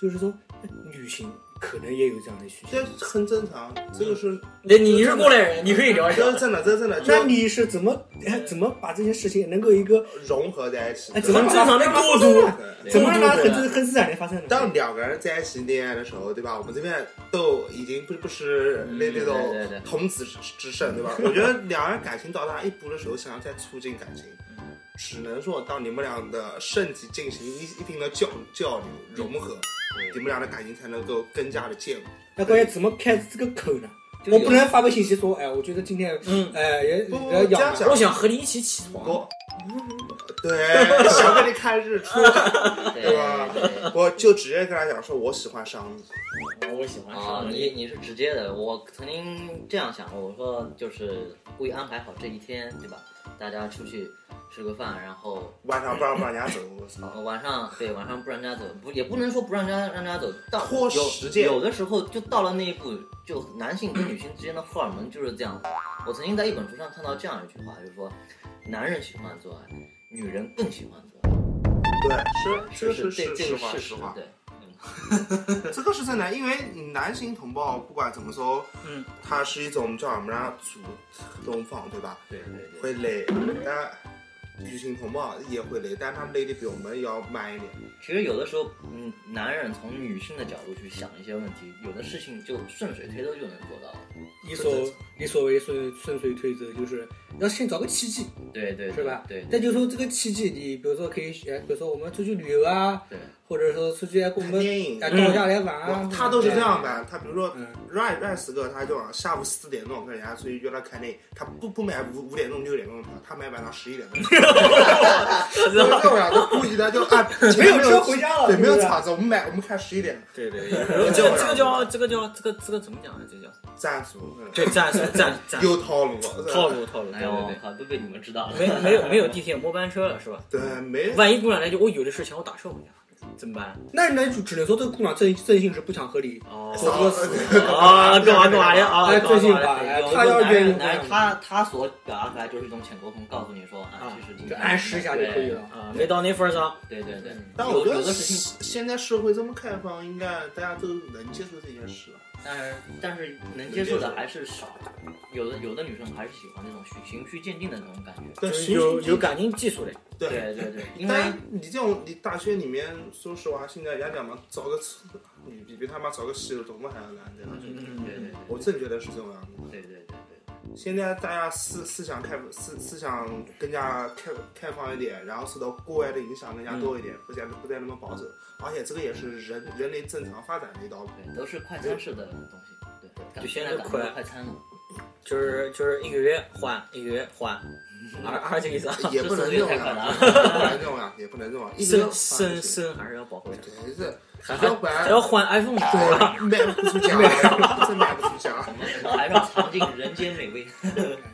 [SPEAKER 2] 就是说哎旅行可能也有这样的需求
[SPEAKER 4] 这，很正常，
[SPEAKER 2] 嗯
[SPEAKER 4] 这个是，
[SPEAKER 3] 那你是过来人，你可以聊一
[SPEAKER 4] 这是
[SPEAKER 3] 聊，
[SPEAKER 4] 真的，这是真的，
[SPEAKER 2] 哎那
[SPEAKER 4] 就
[SPEAKER 2] 你是怎么哎怎么把这些事情能够一个
[SPEAKER 4] 融合在一起
[SPEAKER 2] 哎，怎
[SPEAKER 4] 对吧
[SPEAKER 2] 么
[SPEAKER 3] 很正常的过渡，
[SPEAKER 4] 对
[SPEAKER 2] 怎么让它很自很自然的发生呢？
[SPEAKER 4] 当两个人在一起恋爱的时候，对吧？我们这边都已经不不是那
[SPEAKER 5] 嗯
[SPEAKER 4] 那种
[SPEAKER 5] 对对对
[SPEAKER 4] 童子之之身，对吧？我觉得两人感情到达一步的时候，想要再促进感情，
[SPEAKER 2] 嗯
[SPEAKER 4] 只能说当你们俩的身体进行一一定的交交流融合，你们俩的感情才能够更加的健康。
[SPEAKER 2] 那关于怎么开这个口呢？
[SPEAKER 5] 就
[SPEAKER 2] 我
[SPEAKER 5] 有
[SPEAKER 2] 不能发个信息说，哎，我觉得今天，
[SPEAKER 3] 嗯
[SPEAKER 2] 哎，也
[SPEAKER 4] 不不
[SPEAKER 2] 也
[SPEAKER 4] 这样
[SPEAKER 2] 养
[SPEAKER 4] 想
[SPEAKER 3] 我想和你一起起床，
[SPEAKER 4] 我，对，想跟你看日出，
[SPEAKER 5] 对
[SPEAKER 4] 对吧
[SPEAKER 5] 对。
[SPEAKER 4] 我就直接跟他讲说，我喜欢上你。
[SPEAKER 3] 我喜欢
[SPEAKER 5] 啊，
[SPEAKER 3] 上
[SPEAKER 5] 你你是直接的，我曾经这样想过，我说就是故意安排好这一天，对吧？大家出去吃个饭，然后
[SPEAKER 4] 晚上不让不让人家走，哦我操！
[SPEAKER 5] 呃晚上对晚上不让人家走，不也不能说不让人家让人家走，到
[SPEAKER 4] 拖时间
[SPEAKER 5] 有有的时候就到了那一步，就男性跟女性之间的荷尔蒙就是这样。我曾经在一本书上看到这样一句话，就是说，男人喜欢做爱，女人更喜欢做爱，
[SPEAKER 4] 对，
[SPEAKER 5] 是
[SPEAKER 4] 是是
[SPEAKER 5] 这
[SPEAKER 4] 是
[SPEAKER 5] 这
[SPEAKER 4] 实
[SPEAKER 5] 个
[SPEAKER 4] 话
[SPEAKER 5] 事
[SPEAKER 4] 实
[SPEAKER 5] 实
[SPEAKER 4] 话。，
[SPEAKER 5] 对。
[SPEAKER 4] 这个是真的，因为男性同胞不管怎么说，
[SPEAKER 3] 嗯，
[SPEAKER 4] 它是一种叫什么呢？主动放，对吧？
[SPEAKER 5] 对对对，
[SPEAKER 4] 会累，但女性同胞也会累，但他们累的比我们要慢一点。
[SPEAKER 5] 其实有的时候，嗯，男人从女性的角度去想一些问题，有的事情就顺水推舟就能做到了。
[SPEAKER 2] 你所你所谓顺顺水推舟，就是要先找个契机，
[SPEAKER 5] 对对，对
[SPEAKER 2] 是吧？
[SPEAKER 5] 对，
[SPEAKER 2] 那就说这个契机，你比如说可以，哎，比如说我们出去旅游啊，
[SPEAKER 5] 对
[SPEAKER 2] 或者说出去我
[SPEAKER 4] 看
[SPEAKER 2] 们
[SPEAKER 4] 电影
[SPEAKER 2] 哎，坐下来玩
[SPEAKER 4] 我
[SPEAKER 2] 啊，
[SPEAKER 4] 他都是这样的，他比如说
[SPEAKER 2] 嗯
[SPEAKER 4] Rai Rai 死哥，他就往下午四点钟跟人家出去约他看电影，他不不买五五点钟六点钟的票，他买晚上十一点钟的票，就是 这样的，故意的就按
[SPEAKER 2] 没有
[SPEAKER 4] 没
[SPEAKER 2] 车回家了
[SPEAKER 4] 对，没有
[SPEAKER 2] 是不是
[SPEAKER 4] 场子，我们买我们看十一点
[SPEAKER 3] 对对， 对这
[SPEAKER 4] 啊
[SPEAKER 3] 个这个叫这个叫这个这个怎么讲呢？啊这个叫
[SPEAKER 4] 战术，嗯
[SPEAKER 3] 对战术 战战
[SPEAKER 4] 有套路，
[SPEAKER 3] 套，路套路，对
[SPEAKER 5] 哎呦，我
[SPEAKER 3] 对
[SPEAKER 5] 靠，都被你们知道了。
[SPEAKER 3] 对，没没有没有地铁末班车了是吧？
[SPEAKER 4] 对，没
[SPEAKER 3] 万一姑娘来句我有的是钱，我打车回家，怎么办？啊
[SPEAKER 2] 那那就只能说这个姑娘正正性是不想和你
[SPEAKER 3] 哦
[SPEAKER 2] 走多死
[SPEAKER 3] 啊，干嘛干嘛的啊？
[SPEAKER 2] 哎最近吧
[SPEAKER 3] 干嘛
[SPEAKER 2] 哎
[SPEAKER 3] 干嘛的
[SPEAKER 2] 他要
[SPEAKER 5] 男
[SPEAKER 2] 愿意
[SPEAKER 5] 人，男人他他所表达出来就是一种浅沟通，告诉你说啊
[SPEAKER 3] 啊，
[SPEAKER 5] 其实今
[SPEAKER 2] 就
[SPEAKER 5] 天
[SPEAKER 2] 暗示一下就可以了。
[SPEAKER 3] 啊，没到那份儿上，
[SPEAKER 5] 对对对，
[SPEAKER 4] 但我觉
[SPEAKER 5] 有有
[SPEAKER 4] 得
[SPEAKER 5] 的事情，
[SPEAKER 4] 现在社会这么开放，应该大家都能接受这件事了。
[SPEAKER 5] 但是但是能接受的还是少，有的有的女生还是喜欢这种循循序渐进的那种感觉。
[SPEAKER 4] 对，
[SPEAKER 3] 就是
[SPEAKER 4] 循
[SPEAKER 3] 有
[SPEAKER 4] 序
[SPEAKER 3] 有感情基础的，
[SPEAKER 4] 对
[SPEAKER 5] 对对对，因为
[SPEAKER 4] 但你这种，你大学里面，说实话，现在人家讲嘛，找个次你比比他妈找个稀有动物还要难，对吧？
[SPEAKER 5] 对对对
[SPEAKER 4] 我真觉得是这种样子。
[SPEAKER 5] 对对对对，
[SPEAKER 4] 现在大家思思想开思思想更加开开放一点，然后受到国外的影响更加多一点，不再不再那么保守，而且这个也是人人类正常发展的一道路。
[SPEAKER 5] 对都是快餐式的东西。对，感
[SPEAKER 3] 就现在
[SPEAKER 5] 在感觉
[SPEAKER 3] 快
[SPEAKER 5] 都快餐了。
[SPEAKER 3] 就是就是一个月换一个月换，二二这个意思啊。
[SPEAKER 4] 也不能
[SPEAKER 5] 这
[SPEAKER 4] 这
[SPEAKER 5] 太
[SPEAKER 4] 样
[SPEAKER 5] 快
[SPEAKER 4] 啊，
[SPEAKER 5] 了
[SPEAKER 4] 也不能这样啊，也不能这样啊，一直
[SPEAKER 3] 生
[SPEAKER 4] 要
[SPEAKER 3] 生生还是要保护的，
[SPEAKER 4] 真是
[SPEAKER 3] 还
[SPEAKER 4] 要不然
[SPEAKER 3] 还要换 iPhone 呢。
[SPEAKER 4] 对卖不出价了，真卖不出价。
[SPEAKER 5] 我们还要尝尽人间美味。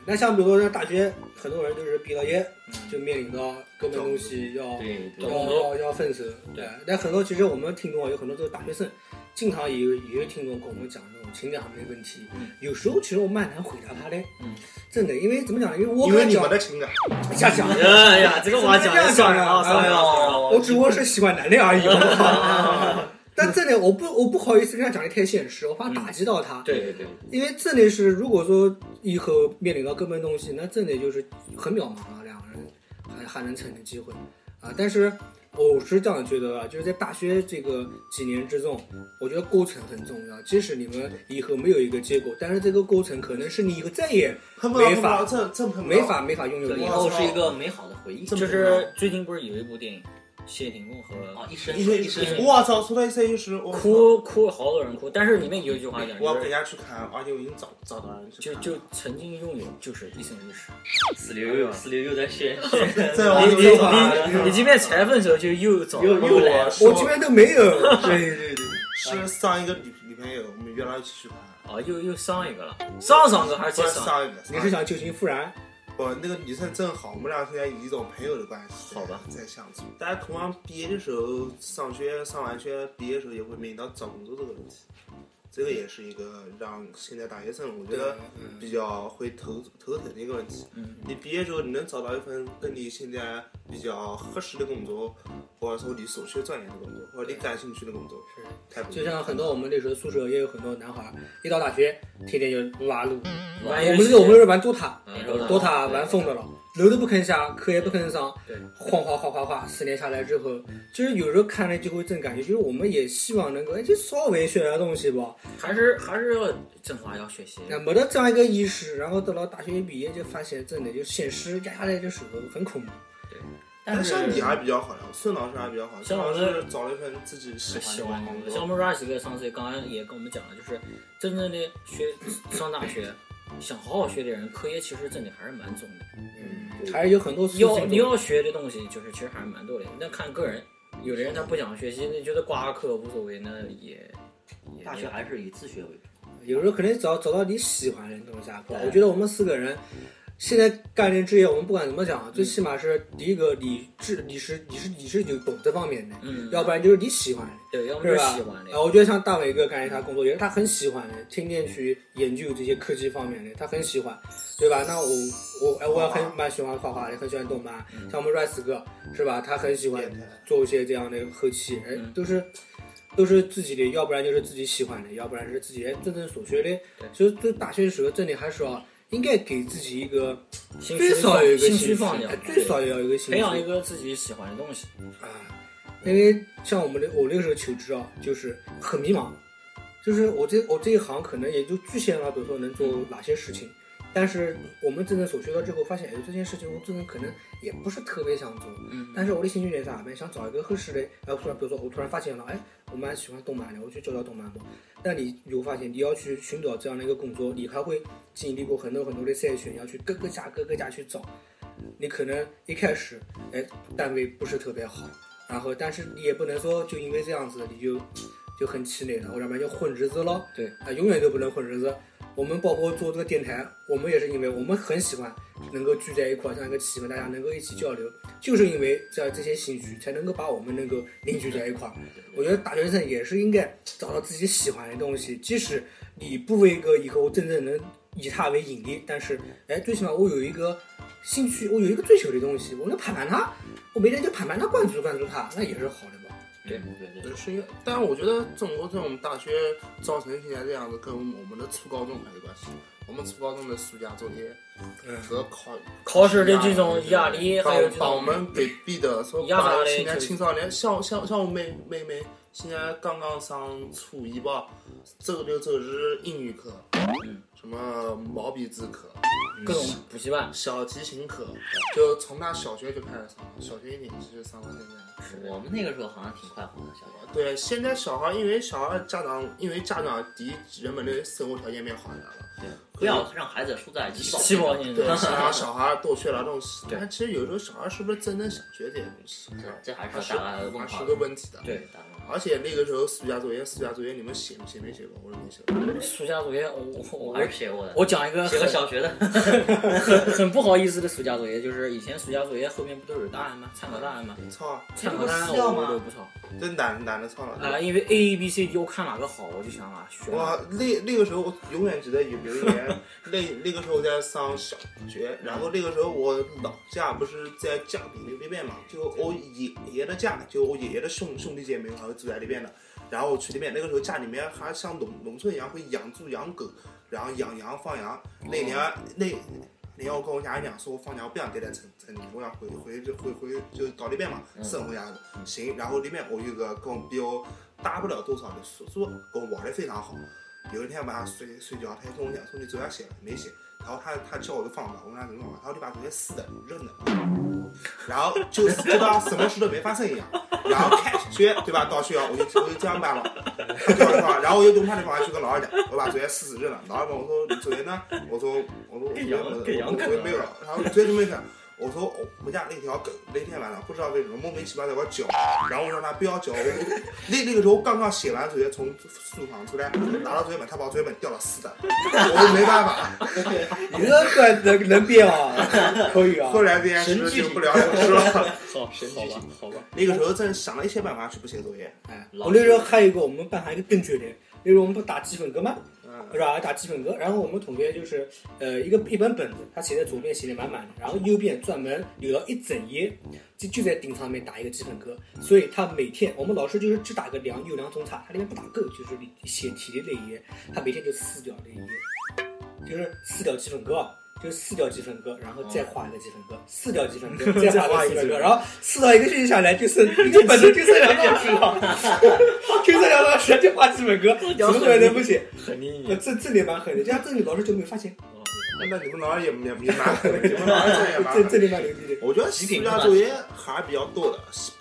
[SPEAKER 2] 那像比如说像大学，很多人就是毕了业
[SPEAKER 3] 嗯
[SPEAKER 2] 就面临到各种东西要
[SPEAKER 5] 对
[SPEAKER 2] 要
[SPEAKER 3] 工
[SPEAKER 5] 对
[SPEAKER 3] 作
[SPEAKER 2] 要要分手，对。但很多其实我们听众啊，有很多都是大学生，经常也有也有听众跟我们讲这种情感上面的问题。
[SPEAKER 3] 嗯
[SPEAKER 2] 有时候其实我蛮难回答他的，
[SPEAKER 5] 嗯，
[SPEAKER 2] 真的，因为怎么讲呢？因为我
[SPEAKER 4] 因为你
[SPEAKER 2] 讲
[SPEAKER 4] 们的情感，
[SPEAKER 2] 瞎讲，
[SPEAKER 3] 哎呀，这个我要讲
[SPEAKER 2] 这样
[SPEAKER 3] 算
[SPEAKER 2] 讲
[SPEAKER 3] 了啊，
[SPEAKER 2] 的
[SPEAKER 3] 算了啊算了啊。
[SPEAKER 2] 我只不过是喜欢男的而已，好不好？ 但真的，我不我不好意思跟他讲的太现实，我怕打击到他。
[SPEAKER 3] 对对对，
[SPEAKER 2] 因为真的是，如果说以后面临到根本东西，那真的就是很渺茫了，两个人呃还还能成的机会啊。但是我是这样觉得啊，就是在大学这个几年之中，我觉得过程很重要。即使你们以后没有一个结果，但是这个过程可能是你以后再也
[SPEAKER 4] 碰不到
[SPEAKER 2] 没
[SPEAKER 4] 碰不
[SPEAKER 2] 法
[SPEAKER 4] 到，这这碰不到
[SPEAKER 2] 没法没法拥有
[SPEAKER 5] 对，
[SPEAKER 2] 的
[SPEAKER 5] 以。后是一个美好的回忆。
[SPEAKER 3] 就是最近不是有一部电影，谢霆锋和
[SPEAKER 5] 啊，一生
[SPEAKER 4] 一岁
[SPEAKER 5] 一生。
[SPEAKER 4] 我操，出来一岁一时，我
[SPEAKER 3] 哭哭好多人哭，但是里面有一句话讲，
[SPEAKER 4] 我要
[SPEAKER 3] 就
[SPEAKER 4] 陪人
[SPEAKER 3] 是
[SPEAKER 4] 家去看，而且我已经找找到人去
[SPEAKER 3] 就
[SPEAKER 4] 看
[SPEAKER 3] 就曾经拥有就是一生一世，
[SPEAKER 5] 四六六，四六六在 炫炫，
[SPEAKER 4] 这我
[SPEAKER 3] 你
[SPEAKER 4] 就
[SPEAKER 3] 你
[SPEAKER 4] 又找到人去
[SPEAKER 3] 你
[SPEAKER 4] 看
[SPEAKER 3] 你即便才分手就又走
[SPEAKER 5] 又又来
[SPEAKER 4] 我
[SPEAKER 5] 了
[SPEAKER 4] 说
[SPEAKER 2] 我这边都没有。对对对，
[SPEAKER 4] 是上一个女女朋友，我们约她一起去看，
[SPEAKER 3] 啊又又上一个了，上上个还是
[SPEAKER 4] 不
[SPEAKER 3] 再
[SPEAKER 4] 是
[SPEAKER 3] 上？
[SPEAKER 4] 上一个，
[SPEAKER 2] 你是想旧情复燃？
[SPEAKER 4] 我呃那个女生正好，我们俩现在以一种朋友的关系，
[SPEAKER 3] 好吧，
[SPEAKER 4] 在相处。大家同样毕业的时候，上学上完学，毕业的时候也会面临到找工作这个问题，这个也是一个让现在大学生我觉得比较会头头疼的一个问题。
[SPEAKER 3] 嗯，
[SPEAKER 4] 你毕业之后你能找到一份跟你现在比较合适的工作，或者说你所学专业的工作，或者你感兴趣的工作，
[SPEAKER 2] 是。
[SPEAKER 4] 太不容
[SPEAKER 2] 就
[SPEAKER 4] 易
[SPEAKER 2] 像很多我们那时候宿舍也有很多男孩儿，一到大学天天就拉撸。
[SPEAKER 3] 嗯玩
[SPEAKER 2] 我
[SPEAKER 3] 游
[SPEAKER 2] 们
[SPEAKER 3] 戏
[SPEAKER 2] 是，我们是玩 DOTA，
[SPEAKER 3] 嗯
[SPEAKER 5] 多
[SPEAKER 2] DOTA 玩疯的了，楼都不肯下，课也不肯上
[SPEAKER 3] 对，
[SPEAKER 2] 晃晃晃晃晃，四年下来之后，就是有时候看了就会真感觉，就是我们也希望能够，哎，就稍微学点东西吧。
[SPEAKER 3] 还是还是要正话要学习。
[SPEAKER 2] 那没得这样一个意识，然后到了大学一毕业就发现，真的就现实压下来的时候很恐怖。
[SPEAKER 5] 但是
[SPEAKER 4] 像你还比较好呀，孙老师还比较好，孙
[SPEAKER 3] 像
[SPEAKER 4] 老
[SPEAKER 3] 我
[SPEAKER 4] 师找了一份自己喜
[SPEAKER 3] 喜
[SPEAKER 4] 欢
[SPEAKER 3] 欢
[SPEAKER 4] 的工
[SPEAKER 3] 像我
[SPEAKER 4] 作，
[SPEAKER 3] 们 Rush 哥上次刚刚也跟我们讲了，就是真正的学上大学，想好好学的人，科研其实真的还是蛮重的。
[SPEAKER 2] 还是有很多事
[SPEAKER 3] 要
[SPEAKER 2] 情
[SPEAKER 3] 你要学的东西，就是其实还是蛮多的。那看个人，有的人他不想学习，那觉得挂科无所谓，那也也
[SPEAKER 5] 大学还是以自学为主。
[SPEAKER 2] 有时候可能找找到你喜欢的东西啊。
[SPEAKER 5] 对
[SPEAKER 2] 我觉得我们四个人现在干这职业，我们不管怎么讲，啊最起码是第一个你是你是你是你是有懂这方面的，
[SPEAKER 3] 嗯，
[SPEAKER 2] 要不然就是你喜欢的。
[SPEAKER 3] 对，要么
[SPEAKER 2] 是
[SPEAKER 3] 就
[SPEAKER 2] 吧
[SPEAKER 3] 喜欢的
[SPEAKER 2] 啊，。我觉得像大伟哥干一他工作，也是他很喜欢的，天天去研究这些科技方面的，他很喜欢，对吧？那我我哎，我也很蛮喜欢画嗯画，也很喜欢动漫，像我们 Rice 哥是吧？他很喜欢
[SPEAKER 4] 变态
[SPEAKER 2] 做一些这样的后期，哎
[SPEAKER 3] 嗯，
[SPEAKER 2] 都是都是自己的，要不然就是自己喜欢的，要不然是自己哎真正所学的。所以对大学的时候，真的还是要应该给自己一个
[SPEAKER 3] 兴趣
[SPEAKER 2] 最少有一个
[SPEAKER 3] 兴
[SPEAKER 2] 趣
[SPEAKER 3] 趣放养
[SPEAKER 2] 哎，最少也要有一个兴趣，
[SPEAKER 3] 培养一个自己喜欢的东西。
[SPEAKER 2] 啊，因为像我们的我那个时候求职啊，就是很迷茫，就是我这我这一行可能也就局限了，比如说能做哪些事情，但是我们真正所学到之后，发现哎，这件事情我真的可能也不是特别想做，
[SPEAKER 3] 嗯
[SPEAKER 2] 但是我的兴趣点是啥呢？想找一个合适的，然后突然比如说我突然发现了，哎，我蛮喜欢动漫的，我去找找动漫吧。但你你会发现，你要去寻找这样的一个工作，你还会经历过很多很多的筛选，你要去各个家各个家去找。你可能一开始，哎，单位不是特别好，然后但是你也不能说就因为这样子你就就很气馁了，或者嘛就混日子了。
[SPEAKER 3] 对
[SPEAKER 2] 啊，永远都不能混日子。我们包括做这个电台，我们也是因为我们很喜欢能够聚在一块儿，这样一个气氛，大家能够一起交流，就是因为这样这些兴趣，才能够把我们能够凝聚在一块儿。我觉得大学生也是应该找到自己喜欢的东西，即使你不为一个以后真正能以它为盈利，但是哎，最起码我有一个兴趣，我有一个追求的东西，我能盘盘它，我每天就盘盘它，关注关注它，那也是好的吧。
[SPEAKER 3] 对
[SPEAKER 5] 对对
[SPEAKER 4] 呃，是因为，但是我觉得中国这种大学造成现在这样子，跟我们的初高中还有关系。我们初高中的暑假作业
[SPEAKER 2] 嗯
[SPEAKER 4] 和考
[SPEAKER 3] 考试的这种压力，
[SPEAKER 4] 把
[SPEAKER 3] 还有这
[SPEAKER 4] 把我
[SPEAKER 3] 种
[SPEAKER 4] 们给逼的，说
[SPEAKER 3] 压榨
[SPEAKER 4] 把
[SPEAKER 3] 嘞
[SPEAKER 4] 现在
[SPEAKER 3] 就是
[SPEAKER 4] 青少年，像像像我妹妹妹，现在刚刚上初一吧，周六周日英语课，
[SPEAKER 3] 嗯
[SPEAKER 4] 什么毛笔字课，
[SPEAKER 3] 各种补习班，
[SPEAKER 4] 小提琴课，就从她小学就开始上，小学一年级就上到现在。
[SPEAKER 5] 对，我们那个时候好像挺快活的，小伙子。
[SPEAKER 4] 对，现在小孩因为小孩家长，因为家长第一人们的生活条件变好起来了。
[SPEAKER 5] 对，不要让孩子输在起跑
[SPEAKER 3] 七宝年
[SPEAKER 4] 对，
[SPEAKER 3] 代，
[SPEAKER 4] 让小孩多学 点东西。
[SPEAKER 3] 对
[SPEAKER 4] 但其实有时候小孩是不是真的想学这些东西？
[SPEAKER 5] 这还是
[SPEAKER 4] 还啊是
[SPEAKER 5] 大家
[SPEAKER 4] 还
[SPEAKER 5] 问
[SPEAKER 4] 是
[SPEAKER 5] 号
[SPEAKER 4] 个。问题的。
[SPEAKER 3] 对，
[SPEAKER 5] 大家问号
[SPEAKER 4] 而且那个时候暑假作业，暑假作业你们写写没写过？我是没写过。
[SPEAKER 3] 暑假作业，我我
[SPEAKER 5] 我
[SPEAKER 3] 我
[SPEAKER 5] 还是写过的，
[SPEAKER 3] 我讲一个
[SPEAKER 5] 写
[SPEAKER 3] 很
[SPEAKER 5] 个小学的。
[SPEAKER 3] 很很不好意思的暑假作业，就是以前暑假作业后面不都有答案吗？参考答案吗？
[SPEAKER 4] 操，
[SPEAKER 3] 参考答案我都不抄
[SPEAKER 4] 这懒懒得操了。
[SPEAKER 3] 啊，因为 A B C D 我看哪个好我就想哪选哪个。
[SPEAKER 4] 哇，那那个时候我永远记得有有一年，那那个时候我在上小学，然后那个时候我老家不是在江宁那边嘛，就我爷爷的家，就我爷爷的兄兄弟姐妹还有住在那边的，然后我去那边，那个时候家里面还像农农村一样会养猪养狗，然后养羊放羊。那年、那年我跟我家人讲说，我放羊我不想待在城城里，我想回回回回就到那边嘛生活一下子。行，然后那边我有个跟我比我大不了多少的叔叔，跟我玩的非常好。有一天晚上睡睡觉，他就跟我讲说你作业写了没写？然后他他叫我就放吧，我问他怎么放啊吧，他说你把作业撕了扔了，然后就就当什么事都没发生一样。然后开学对吧？到学校我就我就这样办了，他叫我放，然后我就用他的方法去跟老师讲，我把作业撕死扔了。老师问我说你作业呢？我说我说我
[SPEAKER 5] 给羊
[SPEAKER 4] 我
[SPEAKER 5] 给羊
[SPEAKER 4] 我
[SPEAKER 5] 啃
[SPEAKER 4] 我
[SPEAKER 5] 了
[SPEAKER 4] 没有了。然后作业就没看。我说我我们家那条狗那天晚上不知道为什么莫名其妙在我脚，然后我让它不要脚，我我那那个时候刚刚写完作业从书房出来，拿到作业本，他把作业本掉了撕的，我没办法。
[SPEAKER 2] 你这个能能变啊，可以啊。
[SPEAKER 4] 后来这件事就不了了之了。
[SPEAKER 3] 好，好吧，好吧。
[SPEAKER 4] 那个时候真想了一切办法去不写作业，
[SPEAKER 2] 哎，
[SPEAKER 5] 老
[SPEAKER 2] 我那时候还有一个我们班还有一个更绝的，那时候我们不打基本格吗？
[SPEAKER 4] 嗯，
[SPEAKER 2] 是吧？打基本格，然后我们同学就是呃一个一本本子，他写在左边写的满满的，然后右边专门留了一整页，就就在顶上面打一个基本格，所以他每天我们老师就是只打个两有两种差，他里面不打勾，就是你写题的那一页，他每天就撕掉那一页，就是撕掉基本格啊。就是撕掉基本格，然后再画一个基本格，撕掉基本格，再画一个基本格，然后撕到一个学期下来，就剩一个本子就剩两张纸了，就剩两张纸，就画基本格，什么东西都不写。
[SPEAKER 3] 很厉
[SPEAKER 2] 那这这里蛮狠的，这样这里老师就没有发现，
[SPEAKER 4] 那你们老师也也也蛮狠的， 你们老师真的也蛮
[SPEAKER 2] 这
[SPEAKER 4] 狠
[SPEAKER 2] 这
[SPEAKER 4] 的。
[SPEAKER 2] 里蛮牛逼的。
[SPEAKER 4] 我觉得暑假作业还是比较多的，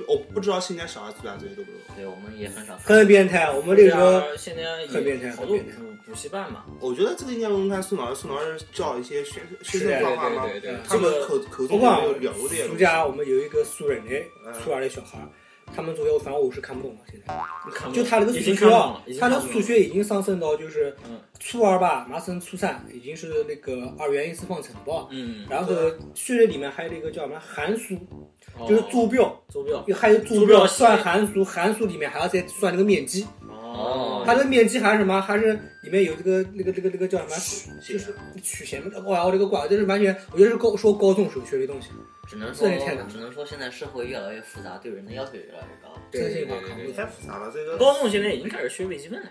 [SPEAKER 4] 我不知道现在小孩暑假作业多不多。
[SPEAKER 5] 对，我们也很少。
[SPEAKER 2] 很变态，我们那
[SPEAKER 3] 对
[SPEAKER 2] 时候
[SPEAKER 3] 啊，现在
[SPEAKER 2] 很变态
[SPEAKER 3] 也好多
[SPEAKER 2] 很变态
[SPEAKER 3] 补补习班嘛，
[SPEAKER 4] 我觉得这个应该问问看孙老师，孙老师教一些学
[SPEAKER 2] 是
[SPEAKER 4] 学生
[SPEAKER 2] 对
[SPEAKER 4] 方法吗？
[SPEAKER 3] 对对对
[SPEAKER 4] 他们
[SPEAKER 3] 这个
[SPEAKER 4] 口口
[SPEAKER 2] 不
[SPEAKER 4] 中
[SPEAKER 2] 过
[SPEAKER 4] 有
[SPEAKER 2] 啊
[SPEAKER 4] 没有聊过这些
[SPEAKER 2] 暑
[SPEAKER 4] 东西？
[SPEAKER 2] 假我们有一个苏人的
[SPEAKER 4] 嗯
[SPEAKER 2] 初二的小孩儿，他们作业反正我是看不懂了，现在
[SPEAKER 3] 看不
[SPEAKER 2] 就
[SPEAKER 3] 懂
[SPEAKER 2] 他那个
[SPEAKER 3] 嗯已
[SPEAKER 2] 数
[SPEAKER 3] 经
[SPEAKER 2] 学
[SPEAKER 3] 看不懂
[SPEAKER 2] 啊
[SPEAKER 3] 了，已，经
[SPEAKER 2] 他
[SPEAKER 3] 看
[SPEAKER 2] 的
[SPEAKER 3] 不懂
[SPEAKER 2] 数
[SPEAKER 3] 了
[SPEAKER 2] 学已经上升到就是
[SPEAKER 3] 嗯
[SPEAKER 2] 初二吧，马上初三已经是那个二元一次方程吧。
[SPEAKER 3] 嗯，
[SPEAKER 2] 然后数学里面还有一个叫什么函数，
[SPEAKER 3] 哦
[SPEAKER 2] 就是坐标，
[SPEAKER 3] 坐标
[SPEAKER 2] 还有坐
[SPEAKER 3] 坐标
[SPEAKER 2] 标
[SPEAKER 3] 系
[SPEAKER 2] 算函数，函数里面还要再算那个面积。
[SPEAKER 5] 哦
[SPEAKER 2] 它的面积还是什么？还是里面有这个那个那个那个叫什么？
[SPEAKER 4] 曲
[SPEAKER 2] 就是曲线。哇，我这个挂，这是完全，我觉得是高说高中时候学的东西，
[SPEAKER 5] 只能
[SPEAKER 2] 这
[SPEAKER 5] 说
[SPEAKER 2] 也太难了，
[SPEAKER 5] 只能说现在社会越来越复杂，对人的要求也越来越高。
[SPEAKER 2] 真
[SPEAKER 3] 对
[SPEAKER 2] 心话
[SPEAKER 3] 对
[SPEAKER 2] 看
[SPEAKER 3] 对
[SPEAKER 2] 不
[SPEAKER 4] 太
[SPEAKER 2] 懂。
[SPEAKER 4] 复杂了，这个
[SPEAKER 3] 高中现在已经开始学微积分了，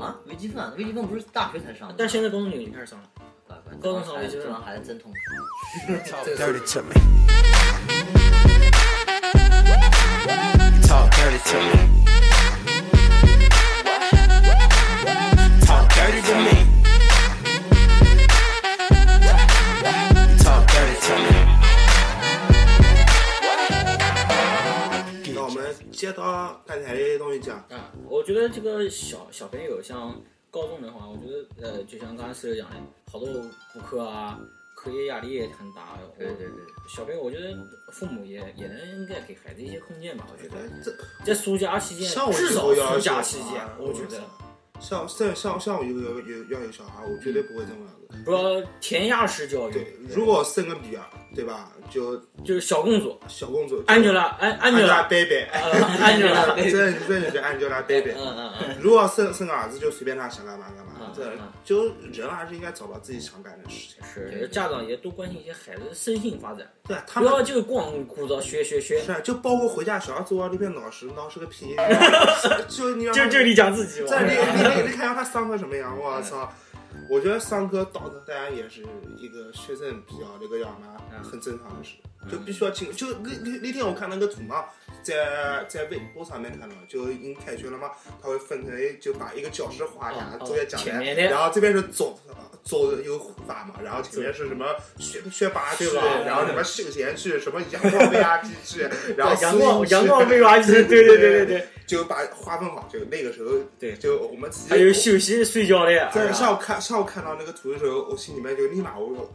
[SPEAKER 5] 啊，微积分，啊，微积分不是大学才上的吗，
[SPEAKER 3] 但是现在高中就已经开始上了。
[SPEAKER 5] 乖乖，
[SPEAKER 3] 高中
[SPEAKER 5] 这
[SPEAKER 3] 上
[SPEAKER 5] 帮孩
[SPEAKER 3] 微积
[SPEAKER 5] 子
[SPEAKER 3] 分
[SPEAKER 5] 这帮孩子真痛苦。
[SPEAKER 1] dirty to me. Talk dirty to me. Talk dirty to me.
[SPEAKER 4] 看起来这些东西讲，
[SPEAKER 3] 啊，我觉得这个小小朋友像高中的话，我觉得呃，就像刚才四六讲的，好多补课啊，课业压力也很大。
[SPEAKER 5] 对对对，
[SPEAKER 3] 小朋友，我觉得父母也也能应该给孩子一些空间吧。我觉
[SPEAKER 4] 觉
[SPEAKER 3] 得
[SPEAKER 4] 得哎这
[SPEAKER 3] 在暑假期间，
[SPEAKER 4] 像我
[SPEAKER 3] 至
[SPEAKER 4] 以
[SPEAKER 3] 少
[SPEAKER 4] 后要啊
[SPEAKER 3] 暑
[SPEAKER 4] 有
[SPEAKER 3] 假
[SPEAKER 4] 小
[SPEAKER 3] 期间
[SPEAKER 4] 孩，，
[SPEAKER 3] 我觉得
[SPEAKER 4] 操像像像像我以后有有要有小孩，我绝
[SPEAKER 3] 嗯
[SPEAKER 4] 对不会这么样子。
[SPEAKER 3] 不要填鸭式教育
[SPEAKER 4] 对，，如果生个女儿，对吧？就
[SPEAKER 3] 就是小公主
[SPEAKER 4] 小公主
[SPEAKER 3] Angela，安 Angela，
[SPEAKER 4] Angelababy，
[SPEAKER 3] 呃 ，Angela，
[SPEAKER 4] 真的真的是 Angelababy。
[SPEAKER 5] 嗯嗯嗯，
[SPEAKER 4] 如果生生个儿子，就随便他想干嘛干嘛
[SPEAKER 3] 啊
[SPEAKER 5] 嗯，
[SPEAKER 4] 这
[SPEAKER 5] 嗯
[SPEAKER 4] 就人还是应该找到自己想干的事情。
[SPEAKER 3] 是家长也多关心一些孩子的身心发展，
[SPEAKER 4] 对啊，他
[SPEAKER 3] 不要
[SPEAKER 4] 们
[SPEAKER 3] 就光顾着学学学
[SPEAKER 4] 是。啊，就包括回家小孩子玩那边老师，老师个 屁，就你让
[SPEAKER 3] 就
[SPEAKER 4] 他
[SPEAKER 3] 就 你讲自己吧
[SPEAKER 4] 这。你 你你你看他上课什么样？我操！我觉得上课倒腾当然也是一个学生比较那个叫什
[SPEAKER 3] 啊
[SPEAKER 4] 么，很正常的事，
[SPEAKER 3] 嗯
[SPEAKER 4] 就必须要进。就那那那天我看那个图嘛，在在微博上面看到，就已经开学了嘛，他会分成哎就把一个教室划下
[SPEAKER 3] 哦，哦
[SPEAKER 4] 啊作业讲
[SPEAKER 3] 前
[SPEAKER 4] 来，
[SPEAKER 3] 面的
[SPEAKER 4] 然后这边是走走有法嘛，然后前面是什么学学霸区
[SPEAKER 3] 对吧，
[SPEAKER 4] 然后什么休闲区，什么阳光 VIP 区，然后
[SPEAKER 3] 阳光
[SPEAKER 4] 私
[SPEAKER 3] 阳
[SPEAKER 4] 营
[SPEAKER 3] 光
[SPEAKER 4] 区
[SPEAKER 3] 被娃对对对对 对，
[SPEAKER 4] 就把划分好，就那个时候，
[SPEAKER 3] 对
[SPEAKER 4] 就我们直接
[SPEAKER 3] 还有休息睡觉的。啊
[SPEAKER 4] 在
[SPEAKER 3] 是吧
[SPEAKER 4] 下午看下午看到那个图的时候，我心里面就立马我我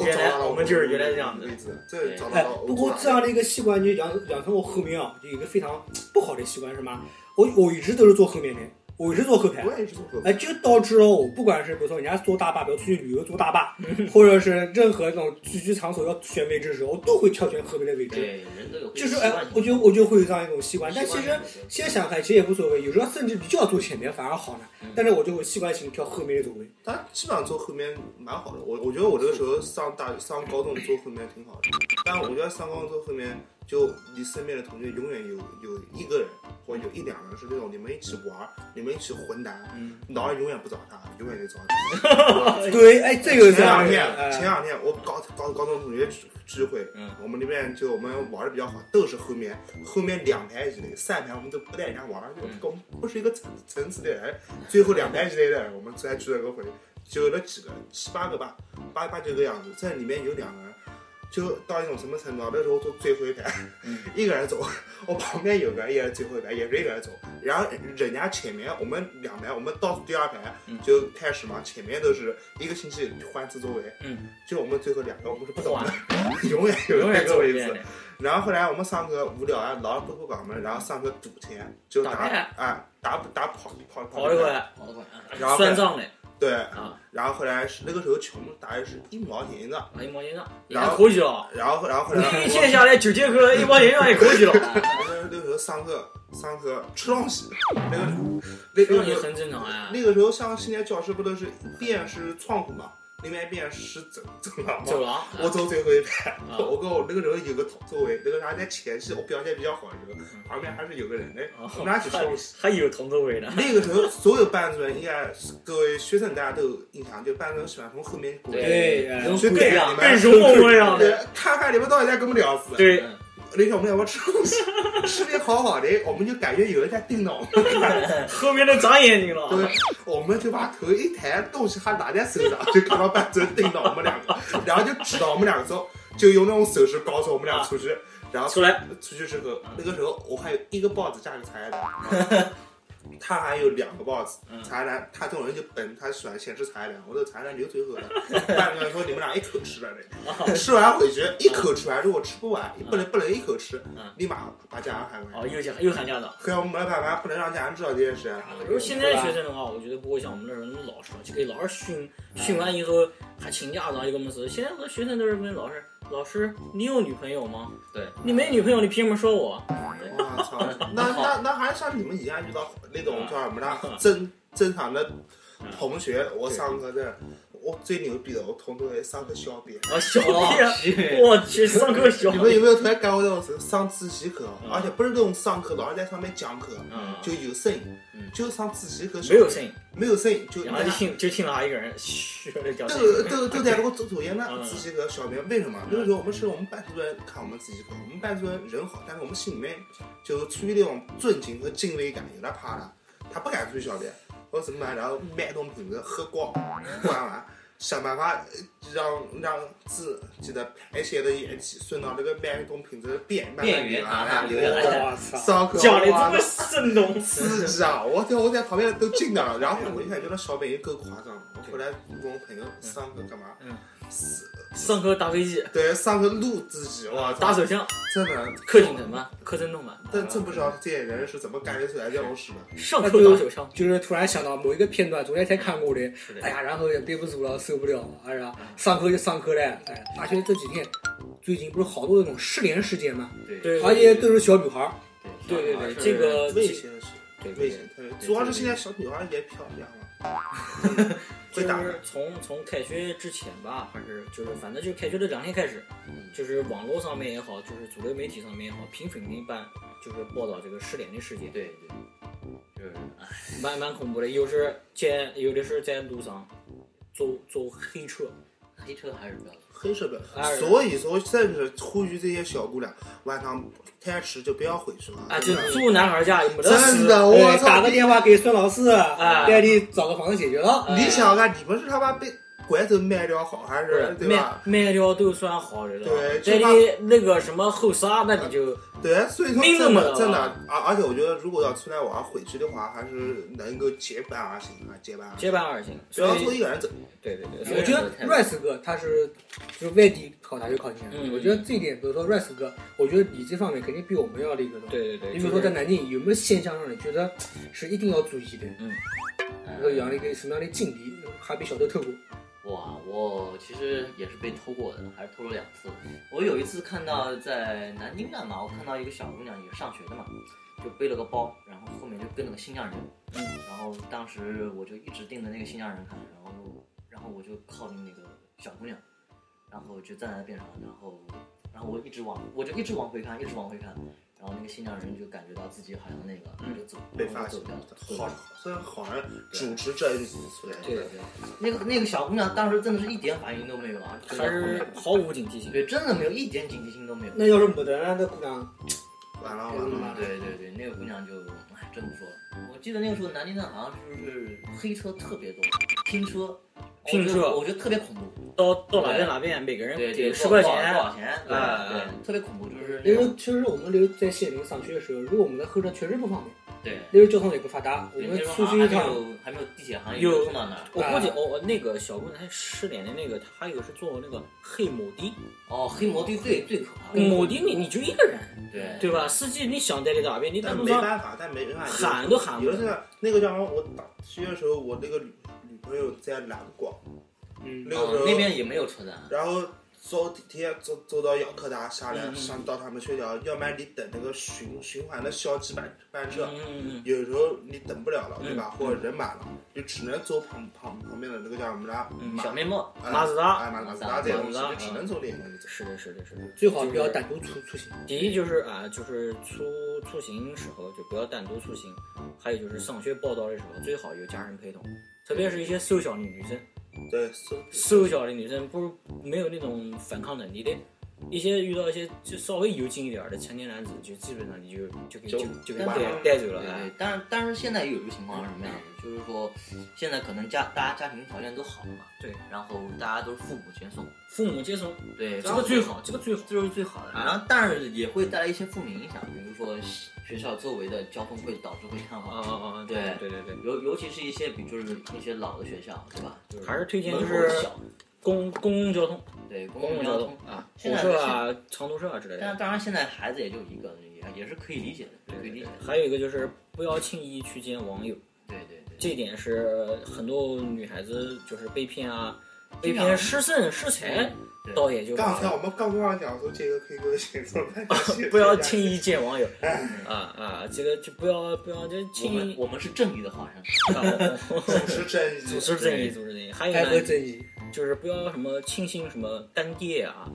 [SPEAKER 4] 我
[SPEAKER 3] 原来
[SPEAKER 4] 找到了
[SPEAKER 3] 我们就是原来这样的
[SPEAKER 4] 位置，这找
[SPEAKER 2] 哎
[SPEAKER 4] 到了。，
[SPEAKER 2] 不过这样的一个习惯就养养成我后面啊，就有一个非常不好的习惯是什么？我我一直都是坐后面的，我一直坐后排。
[SPEAKER 4] 我也是做
[SPEAKER 2] 哎，这个导致了我不管是比如说人家坐大巴，比如出去旅游坐大巴，
[SPEAKER 4] 嗯
[SPEAKER 2] 或者是任何那种聚居场所要选位置的时候，我都会挑选后面的位置。
[SPEAKER 5] 对，人都有
[SPEAKER 2] 就是
[SPEAKER 5] 哎
[SPEAKER 2] 哎，，我觉得我就会有这样一种习惯，但其实现在想开其实也无所谓，有时候甚至比较坐前面反而好呢
[SPEAKER 5] 嗯。
[SPEAKER 2] 但是我就会习惯性挑后面的座位。
[SPEAKER 4] 但基本上坐后面蛮好的。我我觉得我这个时候上大上高中坐后面挺好的，但我觉得上高中坐后面，就你身边的同学永远有有一个人或者有一两个人是那种你们一起玩儿，你们一起混蛋，
[SPEAKER 3] 嗯
[SPEAKER 4] 老二永远不找他，永远得找你。
[SPEAKER 2] 对，哎，这个是
[SPEAKER 4] 前两
[SPEAKER 2] 这
[SPEAKER 4] 天
[SPEAKER 2] 样，的
[SPEAKER 4] 前
[SPEAKER 2] 哎
[SPEAKER 4] 两天我高高高中同学聚聚会，
[SPEAKER 3] 嗯
[SPEAKER 4] 我们那边就我们玩的比较好，都是后面后面两排以内，三排我们都不带人家玩，就
[SPEAKER 3] 嗯
[SPEAKER 4] 跟我们不是一个层层次的人。最后两排以内的人，我们才聚了个会，就有了几个七八个吧，八八九个样子，这里面有两个人。就到一种什么程度啊？那时候坐最后一排，
[SPEAKER 3] 嗯
[SPEAKER 4] 一个人走，我旁边有个人也是最后一排，也是一个人走。然后人家前面我们两排，我们到第二排
[SPEAKER 3] 嗯
[SPEAKER 4] 就开始嘛，前面都是一个星期换次座位，
[SPEAKER 3] 嗯，
[SPEAKER 4] 就我们最后两个我们是不走的， 永远有
[SPEAKER 3] 永
[SPEAKER 4] 那
[SPEAKER 3] 远
[SPEAKER 4] 个
[SPEAKER 3] 坐
[SPEAKER 4] 位
[SPEAKER 3] 一遍
[SPEAKER 4] 置
[SPEAKER 3] 的。。
[SPEAKER 4] 然后后来我们上课无聊啊，老是不不搞门，然后上课赌钱，就打
[SPEAKER 3] 打牌
[SPEAKER 4] 啊打打跑跑
[SPEAKER 3] 跑一会，
[SPEAKER 4] 牌，
[SPEAKER 5] 好的吧，
[SPEAKER 4] 然后后
[SPEAKER 3] 算
[SPEAKER 4] 来
[SPEAKER 3] 账的
[SPEAKER 4] 对，
[SPEAKER 3] 啊，
[SPEAKER 4] 然后后来是那个时候穷，大约是一毛钱一张。
[SPEAKER 3] 一毛哎钱账，也
[SPEAKER 4] 然后
[SPEAKER 3] 回去了。
[SPEAKER 4] 然后然后后来
[SPEAKER 3] 一
[SPEAKER 4] 我
[SPEAKER 3] 天下来九节课，一毛钱账也回 去了。
[SPEAKER 4] 那那个时候上课上课吃东西，那个那
[SPEAKER 3] 这
[SPEAKER 4] 那
[SPEAKER 3] 样
[SPEAKER 4] 个时
[SPEAKER 3] 就
[SPEAKER 4] 候
[SPEAKER 3] 很正常啊。
[SPEAKER 4] 那个时候像现在教室不都是一边是窗户嘛，另外一边是走走 廊嘛
[SPEAKER 3] 走。啊廊，
[SPEAKER 4] 我走最后一排，
[SPEAKER 3] 啊
[SPEAKER 4] 我跟我那个时候有个座位，那个啥在前期我表现比较好的时候，旁边还是有个人的，
[SPEAKER 3] 哦
[SPEAKER 4] 我们俩一起吃东西。
[SPEAKER 3] 还有同座位呢。
[SPEAKER 4] 那个时候所有班主任应该是各位学生大家都有印象，就班主任喜欢从后面过来，
[SPEAKER 2] 对，哎
[SPEAKER 5] 人
[SPEAKER 4] 就
[SPEAKER 5] 不
[SPEAKER 4] 跟
[SPEAKER 5] 一
[SPEAKER 4] 你
[SPEAKER 5] 样
[SPEAKER 4] 们，
[SPEAKER 3] 啊更容我一样的。
[SPEAKER 4] 对看看你们到底在跟我们聊死。
[SPEAKER 3] 对，
[SPEAKER 4] 那天我们要不要吃东西， 吃的好好的，我们就感觉有人在盯着我们，
[SPEAKER 3] 后面都长眼睛了。
[SPEAKER 4] 对，我们就把头一抬，东西还拿在手上，就看到班主任盯着我们两个，然后就指导我们两个走，就用那种手势告诉我们俩出去，然后
[SPEAKER 3] 出来，
[SPEAKER 4] 出去之后，那个时候我还有一个包子加一个茶叶蛋，他还有两个包子，茶叶蛋，他这种人就笨，他喜欢先吃茶叶蛋，我这茶叶蛋留最后了。班主任说你们俩一口吃了嘞，吃完回去一口吃完，如果吃不完，不能不能一口吃
[SPEAKER 3] 嗯，
[SPEAKER 4] 立马把家人喊过来
[SPEAKER 3] 哦，。又讲又喊家长。
[SPEAKER 4] 还有我们老板们不能让家人知道这件事。啊
[SPEAKER 3] 如果现在学生的话，我觉得不会像我们那时候那么老实了，就给老师训训完以后还请家长一个么事。现在我的学生都是问老师：“老师，你有女朋友吗？
[SPEAKER 5] 嗯对，
[SPEAKER 3] 你没女朋友，你凭什么说我啊
[SPEAKER 4] 我 操，那那那还像你们一样遇到那
[SPEAKER 3] 嗯
[SPEAKER 4] 种叫什么呢？正正常的同学，我上课这，我最牛逼的，我同学上课小便。？”
[SPEAKER 3] 啊，小屁
[SPEAKER 5] 哦
[SPEAKER 3] 啊！
[SPEAKER 5] 去，
[SPEAKER 3] 我去，上课小
[SPEAKER 4] 你们有
[SPEAKER 3] 屁。
[SPEAKER 4] 没有特别感觉到是上自习课，而且不是那种上课老师在上面讲课，
[SPEAKER 3] 嗯
[SPEAKER 4] 就有声音
[SPEAKER 3] 嗯，
[SPEAKER 4] 就上自习课
[SPEAKER 3] 没有声
[SPEAKER 4] 音，
[SPEAKER 3] 音，
[SPEAKER 4] 没有声音，就
[SPEAKER 3] 然后就听就听到他一个人嘘的叫声音。
[SPEAKER 4] 都都都在那个做作业呢
[SPEAKER 3] 嗯，
[SPEAKER 4] 自习课小明为什么？那个时候我们是我们班主任看我们自习课，我们班主任人好，但是我们心里面就出于那种尊敬和敬畏感，有点怕他，他不敢出去小便。我说怎么办？然后买一桶瓶子喝光，灌完，想办法呃让让自己的排泄的液体顺到这个脉动瓶子的边，慢慢
[SPEAKER 5] 边缘啊
[SPEAKER 4] 啊
[SPEAKER 5] 流下来
[SPEAKER 2] 哎我操！
[SPEAKER 4] 烧烤
[SPEAKER 3] 讲的这
[SPEAKER 4] 哇
[SPEAKER 3] 么生动，
[SPEAKER 4] 刺激啊！我天，我在旁边都惊到了。然后我一看，觉得小北也够夸张了。我后来跟我朋友上课干嘛？
[SPEAKER 3] 嗯，
[SPEAKER 4] 是
[SPEAKER 3] 上课打飞机，
[SPEAKER 4] 对，上课录自己，我
[SPEAKER 3] 打
[SPEAKER 4] 操，
[SPEAKER 3] 手枪，
[SPEAKER 4] 真的。
[SPEAKER 3] 柯景腾版、柯震东版，
[SPEAKER 4] 但真不知道这些人是怎么干出来这种事的。
[SPEAKER 3] 上课打手枪，
[SPEAKER 2] 就是突然想到某一个片段，昨天才看过的，
[SPEAKER 5] 是的
[SPEAKER 2] 哎呀，然后也憋不住了，受不了了，哎呀，上课就上课嘞，哎，大学这几天，最近不是好多那种失联事件吗？
[SPEAKER 5] 对
[SPEAKER 3] 对
[SPEAKER 2] 而且都是小女孩儿，
[SPEAKER 3] 对对对，
[SPEAKER 5] 对
[SPEAKER 3] 这个
[SPEAKER 4] 危险的事，
[SPEAKER 5] 对
[SPEAKER 4] 危
[SPEAKER 5] 对
[SPEAKER 4] 险特别。主要是现在小女孩也漂亮了，
[SPEAKER 3] 就
[SPEAKER 4] 会打
[SPEAKER 3] 是从从开学之前吧，还是就是反正就是开学这两天开始，
[SPEAKER 4] 嗯
[SPEAKER 3] 就是网络上面也好，就是主流媒体上面也好，频频的办就是报道这个失联的事件，
[SPEAKER 5] 对对，就是哎
[SPEAKER 3] 蛮蛮恐怖的。有时在有的是在路上坐坐黑车，
[SPEAKER 5] 黑车还是不要坐，
[SPEAKER 4] 黑社会
[SPEAKER 3] 哎。
[SPEAKER 4] 所以说，真是呼吁这些小姑娘晚上太迟就不要回去了。
[SPEAKER 3] 啊，就
[SPEAKER 4] 真的
[SPEAKER 3] 住男孩家也没得
[SPEAKER 4] 嗯真
[SPEAKER 3] 事。
[SPEAKER 4] 的，哦我
[SPEAKER 2] 哎
[SPEAKER 4] 操！
[SPEAKER 2] 打个电话给孙老师，带你找个房子解决了。
[SPEAKER 4] 你想看，你们是他妈被拐走卖掉好，还
[SPEAKER 3] 不是
[SPEAKER 4] 是对
[SPEAKER 3] 卖
[SPEAKER 4] 吧？
[SPEAKER 3] 卖掉都算好的了，
[SPEAKER 4] 对
[SPEAKER 3] 在
[SPEAKER 4] 就
[SPEAKER 3] 你那个什么后沙，那你就
[SPEAKER 4] 对，所以说
[SPEAKER 3] 命都
[SPEAKER 4] 真
[SPEAKER 3] 没了啊
[SPEAKER 4] 的真的，而而且我觉得，如果要出来玩回去的话，还是能够结伴而行啊，结伴而行，
[SPEAKER 3] 结伴而行。
[SPEAKER 4] 不要
[SPEAKER 3] 所
[SPEAKER 4] 说一
[SPEAKER 3] 以，
[SPEAKER 4] 个人走。
[SPEAKER 3] 对对对，所
[SPEAKER 2] 我
[SPEAKER 3] 以
[SPEAKER 2] 觉得 Rice 哥他是就是外地考大学考进来的，
[SPEAKER 3] 嗯
[SPEAKER 2] 我觉得这一点，比如说 Rice 哥，我觉得你这方面肯定比我们要那个的。
[SPEAKER 3] 对对对，
[SPEAKER 2] 你比如
[SPEAKER 3] 就
[SPEAKER 2] 说
[SPEAKER 3] 是
[SPEAKER 2] 在南京有没有现象让你觉得是一定要注意的？比
[SPEAKER 5] 呃
[SPEAKER 2] 如说有样的一个什么样的经历，还被小偷偷过？
[SPEAKER 5] 哇，我其实也是被偷过的，还是偷了两次。我有一次看到在南京站嘛，我看到一个小姑娘也上学的嘛，就背了个包，然后后面就跟了个新疆人。
[SPEAKER 3] 嗯
[SPEAKER 5] 然后当时我就一直盯着那个新疆人看，然后然后我就靠近那个小姑娘，然后就站在边上，然后然后我一直往我就一直往回看，一直往回看。然后那个新疆人就感觉到自己好像那个，然后就走，
[SPEAKER 4] 嗯被
[SPEAKER 5] 然后
[SPEAKER 4] 发
[SPEAKER 5] 就
[SPEAKER 4] 现
[SPEAKER 5] 走掉了，走掉
[SPEAKER 4] 好
[SPEAKER 5] 了，
[SPEAKER 4] 虽然好像主持正义出来，
[SPEAKER 3] 对对对。
[SPEAKER 5] 那个那个小姑娘当时真的是一点反应都没有啊，就在
[SPEAKER 3] 还
[SPEAKER 5] 后面
[SPEAKER 3] 是毫无警惕性。
[SPEAKER 5] 对，真的没有一点警惕心都没有。啊
[SPEAKER 2] 那要是没得呢，那姑娘
[SPEAKER 4] 完了完了，
[SPEAKER 5] 对对对，那个姑娘就哎，真不说了。我记得那个时候南京站好像就是黑车特别多，拼车，
[SPEAKER 3] 拼车
[SPEAKER 5] 我觉得我觉得特别恐怖。
[SPEAKER 3] 到到哪边哪边，每个人
[SPEAKER 5] 对
[SPEAKER 3] 给
[SPEAKER 5] 对，
[SPEAKER 3] 十块
[SPEAKER 5] 多少多
[SPEAKER 3] 钱，
[SPEAKER 5] 少钱？对
[SPEAKER 3] 哎
[SPEAKER 5] 对，特别恐怖，就是
[SPEAKER 2] 因
[SPEAKER 5] 那
[SPEAKER 2] 为
[SPEAKER 5] 种
[SPEAKER 2] 确实我们留在县城上学的时候，如果我们在后站确实不方便，
[SPEAKER 5] 对。
[SPEAKER 2] 那时候交通也不发达，我
[SPEAKER 5] 对
[SPEAKER 2] 们
[SPEAKER 5] 那时候
[SPEAKER 2] 出
[SPEAKER 5] 好
[SPEAKER 2] 去一
[SPEAKER 5] 像还没
[SPEAKER 2] 趟，
[SPEAKER 5] 有还没有地铁，好像也
[SPEAKER 3] 有
[SPEAKER 5] 没通到那儿。
[SPEAKER 3] 我估计
[SPEAKER 2] 哎
[SPEAKER 3] 我我那个小姑娘她失联的那个，她有是坐那个黑啊摩的，
[SPEAKER 5] 哦，黑摩的最最可怕。
[SPEAKER 3] 摩的你你就一个人，
[SPEAKER 5] 对
[SPEAKER 3] 对吧？司机你想带你哪边，你在
[SPEAKER 4] 但
[SPEAKER 3] 路
[SPEAKER 4] 嗯没
[SPEAKER 3] 上
[SPEAKER 4] 办法，但没办法，
[SPEAKER 3] 喊都喊不
[SPEAKER 4] 有的时
[SPEAKER 3] 了。
[SPEAKER 4] 候那个叫什么，我大学的时候，我那个女女朋友在南广，
[SPEAKER 2] 嗯
[SPEAKER 4] 那个时
[SPEAKER 5] 哦
[SPEAKER 4] 候
[SPEAKER 5] 那边也没有车站。
[SPEAKER 4] 然后走地铁走走到姚科大下来，
[SPEAKER 3] 嗯嗯
[SPEAKER 4] 想到他们学校，要不然你等那个循循环的校际班班车，
[SPEAKER 3] 嗯嗯
[SPEAKER 4] 有时候你等不了了，对吧？
[SPEAKER 3] 嗯
[SPEAKER 4] 或者人满了，就只能走旁旁旁边的那个叫什么来？
[SPEAKER 3] 嗯
[SPEAKER 5] 小
[SPEAKER 4] 马
[SPEAKER 5] 面包，
[SPEAKER 4] 哎
[SPEAKER 3] 马自达
[SPEAKER 4] 哎，马马自达这些东西
[SPEAKER 3] 马自达
[SPEAKER 4] 就只能走那个东西
[SPEAKER 3] 嗯，。是的，是的，是的。
[SPEAKER 2] 最好不要
[SPEAKER 3] 就是
[SPEAKER 2] 单独出出行。
[SPEAKER 3] 第一就是啊，就是出出行时候就不要单独出行，还有就是上学报到的时候最好有家人陪同，特别是一些瘦小的女生。
[SPEAKER 4] 对，是
[SPEAKER 3] 瘦小的女生不是没有那种反抗能力的，一些遇到一些就稍微有劲一点儿的成年男子，就基本上你就就给
[SPEAKER 4] 就
[SPEAKER 3] 就就给
[SPEAKER 5] 完
[SPEAKER 3] 带
[SPEAKER 4] 了
[SPEAKER 3] 带走了。
[SPEAKER 5] 对
[SPEAKER 3] 哎
[SPEAKER 5] 对，但是但是现在有一个情况是什么样的？就是说，现在可能家大家家庭条件都好了嘛，
[SPEAKER 3] 对，
[SPEAKER 5] 然后大家都是父母接送，
[SPEAKER 3] 父母接送
[SPEAKER 5] 对，
[SPEAKER 3] 这个最好，这个最好。啊
[SPEAKER 5] 这就是最好的。然后，但是也会带来一些负面影响，比如说学校周围的交通会导致会瘫
[SPEAKER 3] 啊
[SPEAKER 5] 痪，
[SPEAKER 3] 啊啊！对
[SPEAKER 5] 对
[SPEAKER 3] 对对对，
[SPEAKER 5] 尤尤其是一些比就是一些老的学校，对吧？就是
[SPEAKER 3] 还是推荐就
[SPEAKER 5] 门
[SPEAKER 3] 是
[SPEAKER 5] 口小，
[SPEAKER 3] 公公共交通，
[SPEAKER 5] 对公
[SPEAKER 3] 公
[SPEAKER 5] 共
[SPEAKER 3] 共
[SPEAKER 5] 交
[SPEAKER 3] 交
[SPEAKER 5] 通
[SPEAKER 3] 通。啊，火
[SPEAKER 5] 现在
[SPEAKER 3] 车啊、长途车啊之类
[SPEAKER 5] 但
[SPEAKER 3] 的。
[SPEAKER 5] 当然，现在孩子也就一个，也也是可以理解的，
[SPEAKER 3] 对
[SPEAKER 5] 可
[SPEAKER 3] 对
[SPEAKER 5] 以理
[SPEAKER 3] 对
[SPEAKER 5] 解。，
[SPEAKER 3] 还有一个就是不要轻易去见网友，
[SPEAKER 5] 对对对，
[SPEAKER 3] 这一点是很多女孩子就是被骗啊，被
[SPEAKER 5] 经常
[SPEAKER 3] 骗失身失财，
[SPEAKER 5] 对
[SPEAKER 3] 倒也就
[SPEAKER 4] 刚才我们刚刚讲说这个可以给我写作文，
[SPEAKER 3] 不要轻易见网友啊啊！这个就不要不要就
[SPEAKER 5] 我
[SPEAKER 3] 轻
[SPEAKER 5] 们
[SPEAKER 3] 易
[SPEAKER 5] 我们是正义的化身。
[SPEAKER 3] 啊
[SPEAKER 4] 主持正义，
[SPEAKER 3] 组织正义，组织正义。还有
[SPEAKER 2] 开合
[SPEAKER 3] 呢，
[SPEAKER 2] 正义，
[SPEAKER 3] 就是不要什么轻信什么干爹啊，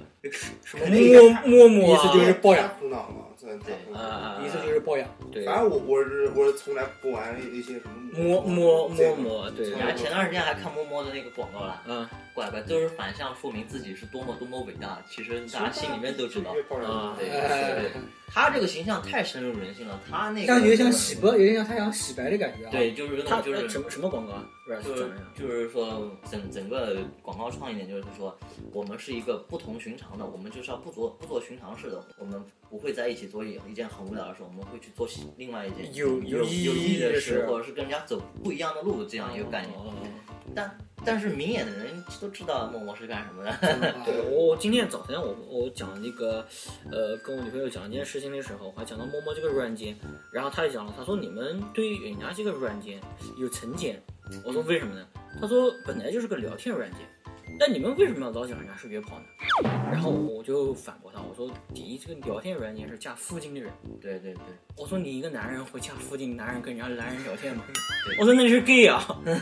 [SPEAKER 3] 什么
[SPEAKER 4] 肯
[SPEAKER 3] 陌
[SPEAKER 4] 定的
[SPEAKER 3] 陌陌
[SPEAKER 2] 意思就是包养
[SPEAKER 4] 苦恼了，真的太苦恼
[SPEAKER 3] 啊
[SPEAKER 4] 了。
[SPEAKER 3] 啊，
[SPEAKER 2] 意思就是包养。
[SPEAKER 3] 对
[SPEAKER 4] 反正我我是我是从来不玩一些什么啊
[SPEAKER 3] 摸摸摸摸，对对
[SPEAKER 4] 这个
[SPEAKER 5] 然后
[SPEAKER 3] 对
[SPEAKER 5] 前段时间还看摸摸的那个广告了，
[SPEAKER 3] 嗯，
[SPEAKER 5] 怪怪，都是反向说明自己是多么多么伟大，其实大家心里面都知道。
[SPEAKER 3] 啊
[SPEAKER 5] 对
[SPEAKER 2] 哎
[SPEAKER 5] 对，他这个形象太深入人心了，他那个
[SPEAKER 2] 像有点像洗白，有点像他想洗白的感觉啊。，
[SPEAKER 5] 对，就是有
[SPEAKER 3] 他
[SPEAKER 5] 种就是
[SPEAKER 3] 什么什么广告啊？软
[SPEAKER 5] 就
[SPEAKER 3] 转
[SPEAKER 5] 是
[SPEAKER 3] 让
[SPEAKER 5] 就是说，整整个广告创意点就是说，我们是一个不同寻常的，我们就是要不做不做寻常事的，我们不会在一起做一一件很无聊的事，我们会去做另外一件
[SPEAKER 3] 有
[SPEAKER 5] 有
[SPEAKER 3] 意
[SPEAKER 5] 意义
[SPEAKER 3] 的
[SPEAKER 5] 事，或者是跟人家走不一样的路这样一个概
[SPEAKER 3] 哦
[SPEAKER 5] 念。但但是明眼的人都知道默默是干什么的，
[SPEAKER 3] 我我今天早晨我我讲那个，呃，跟我女朋友讲一件事情的时候，我还讲到陌陌这个软件，然后她也讲了，她说你们对于人家这个软件有成见，我说为什么呢？她说本来就是个聊天软件，那你们为什么要老讲人家是约炮呢？然后我就反驳她，我说第一，这个聊天软件是加附近的人，
[SPEAKER 5] 对对对，
[SPEAKER 3] 我说你一个男人会加附近男人跟人家男人聊天吗
[SPEAKER 5] 对？
[SPEAKER 3] 我说那是 gay 啊，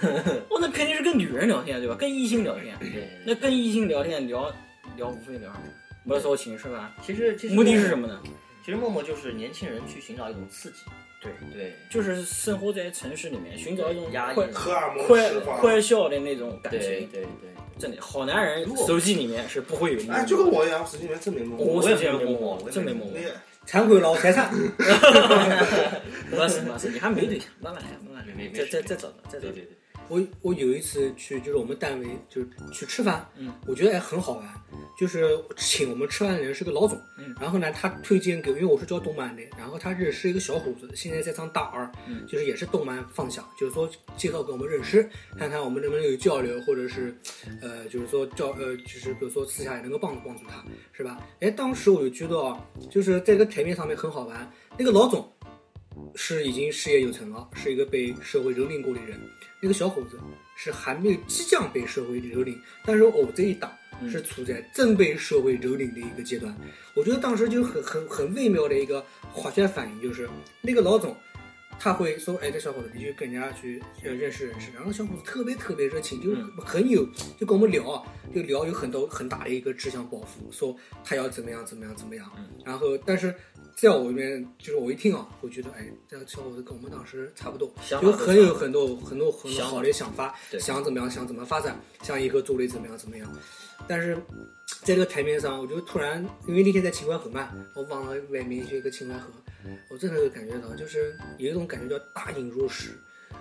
[SPEAKER 3] 我那肯定是跟女人聊天对吧？跟异性聊天。
[SPEAKER 5] 对
[SPEAKER 3] 那跟异性聊天聊聊无非聊什么？没说情是吧？
[SPEAKER 5] 其实其实
[SPEAKER 3] 目的是什
[SPEAKER 5] 么？
[SPEAKER 3] 么呢？
[SPEAKER 5] 其实默默就是年轻人去寻找一种刺激，
[SPEAKER 3] 对
[SPEAKER 5] 对，
[SPEAKER 3] 就是生活在城市里面，寻找一种
[SPEAKER 5] 压抑
[SPEAKER 3] 快
[SPEAKER 4] 荷尔蒙
[SPEAKER 3] 快
[SPEAKER 4] 释放。
[SPEAKER 3] 快笑的那种感
[SPEAKER 5] 对
[SPEAKER 3] 情。
[SPEAKER 5] 对对。
[SPEAKER 3] 真的，好男人
[SPEAKER 5] 如果
[SPEAKER 3] 手机里面是不会有
[SPEAKER 4] 哎，这个我也要使劲来证明过。
[SPEAKER 3] 我
[SPEAKER 5] 我
[SPEAKER 3] 手
[SPEAKER 5] 也
[SPEAKER 3] 机
[SPEAKER 5] 没
[SPEAKER 3] 没
[SPEAKER 5] 摸过
[SPEAKER 3] 摸
[SPEAKER 5] 我也没摸过，
[SPEAKER 3] 真没摸过
[SPEAKER 4] 那。个
[SPEAKER 2] 忏悔老财产，
[SPEAKER 3] 没事没事，你还没对象，慢慢来，慢慢
[SPEAKER 5] 没
[SPEAKER 3] 来，
[SPEAKER 5] 没
[SPEAKER 3] 再
[SPEAKER 5] 事
[SPEAKER 3] 再再找找，再找
[SPEAKER 5] 对
[SPEAKER 3] 找
[SPEAKER 5] 对。对，
[SPEAKER 2] 我我有一次去，就是我们单位就是去吃饭，
[SPEAKER 3] 嗯，
[SPEAKER 2] 我觉得哎很好玩，就是请我们吃饭的人是个老总，
[SPEAKER 3] 嗯，
[SPEAKER 2] 然后呢，他推荐给我，因为我是教动漫的，然后他认识一个小伙子，现在在上大二，
[SPEAKER 3] 嗯，
[SPEAKER 2] 就是也是动漫放下，就是说介绍给我们认识，
[SPEAKER 3] 嗯
[SPEAKER 2] 看看我们能不能有交流，或者是，呃，就是说交呃，就是比如说私下也能够帮帮助他，是吧？哎，当时我就觉得啊，就是在这个台面上面很好玩，那个老总是已经事业有成了，是一个被社会蹂躏过的人。那个小伙子是还没有即将被社会蹂躏，但是我这一档
[SPEAKER 3] 嗯
[SPEAKER 2] 是处在正被社会蹂躏的一个阶段。我觉得当时就很很很微妙的一个化学反应，就是那个老总。他会说：“哎，这小伙子，你去跟人家去呃认识认识。”然后小伙子特别特别热情，就是
[SPEAKER 3] 嗯
[SPEAKER 2] 很有，就跟我们聊啊，就聊有很多很大的一个志向抱负，说他要怎么样怎么样怎么
[SPEAKER 3] 嗯
[SPEAKER 2] 样。然后，但是在我这边，就是我一听啊，我觉得哎，这个小伙子跟我们当时差不多，
[SPEAKER 3] 想法
[SPEAKER 2] 有
[SPEAKER 3] 都
[SPEAKER 2] 很
[SPEAKER 3] 差
[SPEAKER 2] 有
[SPEAKER 3] 不多
[SPEAKER 2] 很多很多很多
[SPEAKER 3] 想法
[SPEAKER 2] 好的想法，
[SPEAKER 3] 对
[SPEAKER 2] 想怎么样想怎么发展，想以后做类怎么样怎么样。但是在这个台面上，我就突然因为那天在秦淮河嘛，我忘了外面有一个秦淮河，我真的有感觉到，就是有一种感觉叫大隐若市。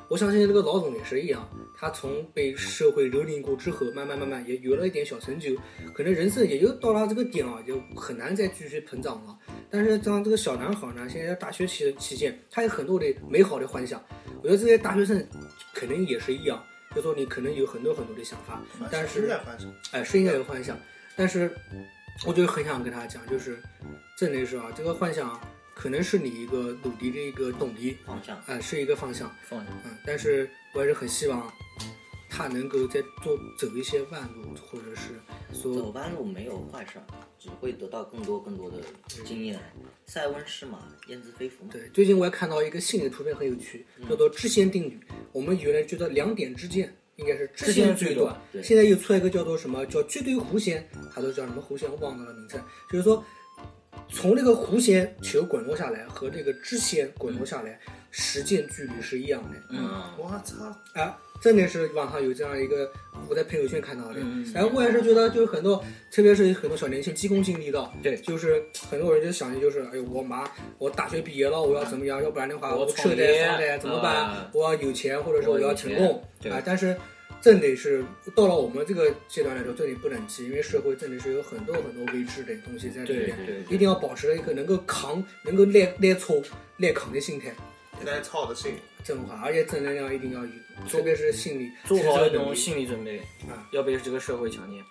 [SPEAKER 2] 我相信这个老总也是一样，他从被社会蹂躏过之后，慢慢慢慢也有了一点小成就，可能人生也就到了这个点啊，就很难再继续膨胀了。但是当这个小男孩呢，现在在大学期期间，他有很多的美好的幻想。我觉得这些大学生肯定也是一样，就说你可能有很多很多的想法，但是
[SPEAKER 4] 在发生，
[SPEAKER 2] 哎，是应该有幻想，但是我就很想跟他讲，就是真的是啊，这个幻想可能是你一个努力的一个动力，
[SPEAKER 5] 方向。
[SPEAKER 2] 哎，是一个方向，
[SPEAKER 3] 放下。
[SPEAKER 2] 嗯，但是我还是很希望他能够再多走一些弯路，或者是
[SPEAKER 5] 走
[SPEAKER 2] 说，
[SPEAKER 5] 弯路没有坏事儿，只会得到更多更多的经验。塞翁失马，焉知非福嘛。
[SPEAKER 2] 对，最近我也看到一个新的图片很有趣，叫做支线定律。我们原来觉得两点之间应该是支线最短，
[SPEAKER 5] 对
[SPEAKER 2] 现在又出来一个叫做什么叫绝对弧线，还是叫什么弧线，我忘了名称，就是说。从这个弧线球滚落下来和这个支线滚落下来，实践距离是一样的。
[SPEAKER 3] 嗯
[SPEAKER 4] 我操！
[SPEAKER 2] 啊，真的是网上有这样一个，我在朋友圈看到的。
[SPEAKER 3] 嗯
[SPEAKER 2] 然后我也是觉得，就是很多，特别是很多小年轻急功近利的，
[SPEAKER 3] 对
[SPEAKER 2] 就是很多人就想的就是，哎呦，我妈，我大学毕业了，我要怎么样？要不然的话，
[SPEAKER 3] 嗯我
[SPEAKER 2] 我
[SPEAKER 3] 创
[SPEAKER 2] 车
[SPEAKER 3] 业
[SPEAKER 2] 贷、房贷怎么办？
[SPEAKER 3] 啊
[SPEAKER 2] 我要有钱，或者是我要成功
[SPEAKER 3] 对
[SPEAKER 2] 啊。但是真的是到了我们这个阶段来说，真的不能急，因为社会真的是有很多很多未知的东西在里
[SPEAKER 3] 对
[SPEAKER 2] 面，
[SPEAKER 3] 对对
[SPEAKER 2] 一定要保持一个能够扛、能够耐耐挫、耐扛的心态。
[SPEAKER 4] 现在操我的信，
[SPEAKER 2] 正话，而且正能量一定要有，特别是心理
[SPEAKER 3] 做好一
[SPEAKER 2] 这
[SPEAKER 3] 种心理准备
[SPEAKER 2] 啊，
[SPEAKER 3] 要被这个社会强奸。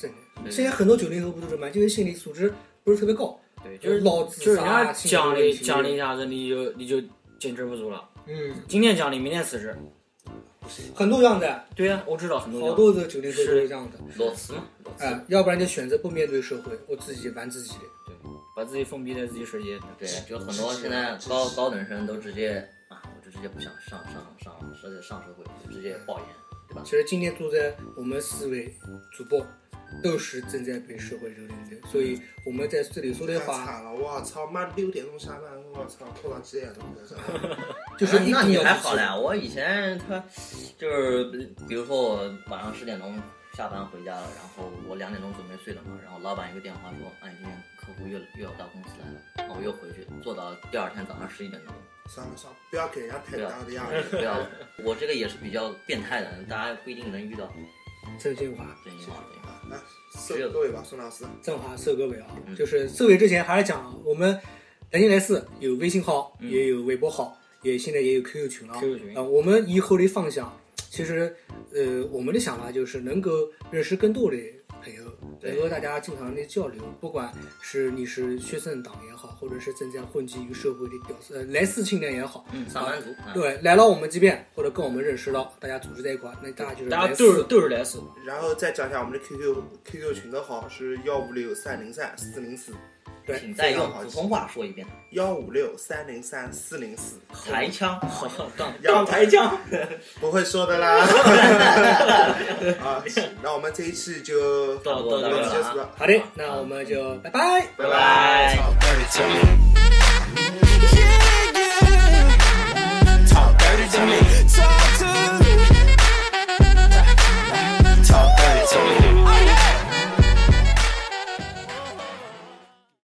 [SPEAKER 2] 真的。现在很多九零后不都是嘛，因为心理素质不是特别高，
[SPEAKER 3] 对，
[SPEAKER 2] 就是老自
[SPEAKER 3] 就是人
[SPEAKER 2] 杀
[SPEAKER 3] 家
[SPEAKER 2] 心理
[SPEAKER 3] 奖
[SPEAKER 2] 问
[SPEAKER 3] 励
[SPEAKER 2] 题
[SPEAKER 3] 奖励一下子，你就你就坚持不住了。
[SPEAKER 2] 嗯，
[SPEAKER 3] 今天奖励，明天辞职。
[SPEAKER 2] 很多这样的，
[SPEAKER 3] 对呀、我知道很多
[SPEAKER 2] 好
[SPEAKER 3] 人
[SPEAKER 2] 多的九零后都是这样的，
[SPEAKER 5] 裸辞嘛，裸辞。
[SPEAKER 2] 哎、要不然就选择不面对社会，我自己玩自己的。
[SPEAKER 3] 把自己封闭在自己世界里。
[SPEAKER 5] 对，就很多现在高高等生都直接啊，我就直接不想上上上社上社会，就直接爆炎，对吧？
[SPEAKER 2] 其实今天坐在我们四位主播，都是正在被社会蹂躏的，所以我们在这里说
[SPEAKER 4] 太
[SPEAKER 2] 的话，
[SPEAKER 4] 惨了！我操，妈六点钟下班，我操，拖到几点钟在这？
[SPEAKER 2] 就是
[SPEAKER 4] 哎
[SPEAKER 2] 一
[SPEAKER 5] 哎那
[SPEAKER 2] 定
[SPEAKER 5] 你
[SPEAKER 2] 要
[SPEAKER 5] 还好嘞，我以前他就是比如说我晚上十点钟下班回家了，然后我两点钟准备睡了嘛，然后老板一个电话说，哎，今天客户又又要到公司来了，然后我又回去做到第二天早上十一点钟。
[SPEAKER 4] 算了算了，不要给人家 太大的压力。
[SPEAKER 5] 对啊，我这个也是比较变态的，大家不一定能遇到
[SPEAKER 2] 郑兴华，
[SPEAKER 5] 真心话这个。
[SPEAKER 4] 啊来，送各位吧，宋老师。
[SPEAKER 2] 振华收割尾啊
[SPEAKER 5] 嗯，
[SPEAKER 2] 就是收尾之前还是讲我们南京来四有微信号，
[SPEAKER 3] 嗯
[SPEAKER 2] 也有微博号，也现在也有 QQ 群了。
[SPEAKER 3] QQ 群
[SPEAKER 2] 啊，我们以后的方向，其实呃，我们的想法就是能够认识更多的朋友，
[SPEAKER 5] 对
[SPEAKER 2] 能够大家经常的交流，不管是你是学生党也好，或者是正在混迹于社会的屌丝呃来四青年也好，
[SPEAKER 3] 嗯，
[SPEAKER 5] 上班族，啊，
[SPEAKER 2] 对，来到我们这边或者跟我们认识到，大家组织在一块儿，那大家就是
[SPEAKER 3] 大
[SPEAKER 2] 来
[SPEAKER 3] 家
[SPEAKER 2] 四
[SPEAKER 3] 都是都是来四，
[SPEAKER 4] 然后再讲一下我们的 QQ QQ 群的号是幺五六三零三四零四，
[SPEAKER 5] 啊请再用普通话说一遍，
[SPEAKER 4] 幺五六三零三四零四，
[SPEAKER 5] 抬腔，
[SPEAKER 3] 好 像杠
[SPEAKER 4] 要
[SPEAKER 3] 杠抬枪，
[SPEAKER 4] 不会说的 啦。啊，那我们这一次就
[SPEAKER 3] 到到
[SPEAKER 5] 到这
[SPEAKER 3] 到
[SPEAKER 5] 儿
[SPEAKER 4] 到此结
[SPEAKER 5] 了
[SPEAKER 4] 束
[SPEAKER 5] 啊。
[SPEAKER 4] 了，
[SPEAKER 2] 好的，那我们就拜拜。
[SPEAKER 5] 拜拜
[SPEAKER 4] 操
[SPEAKER 1] Dirty to me.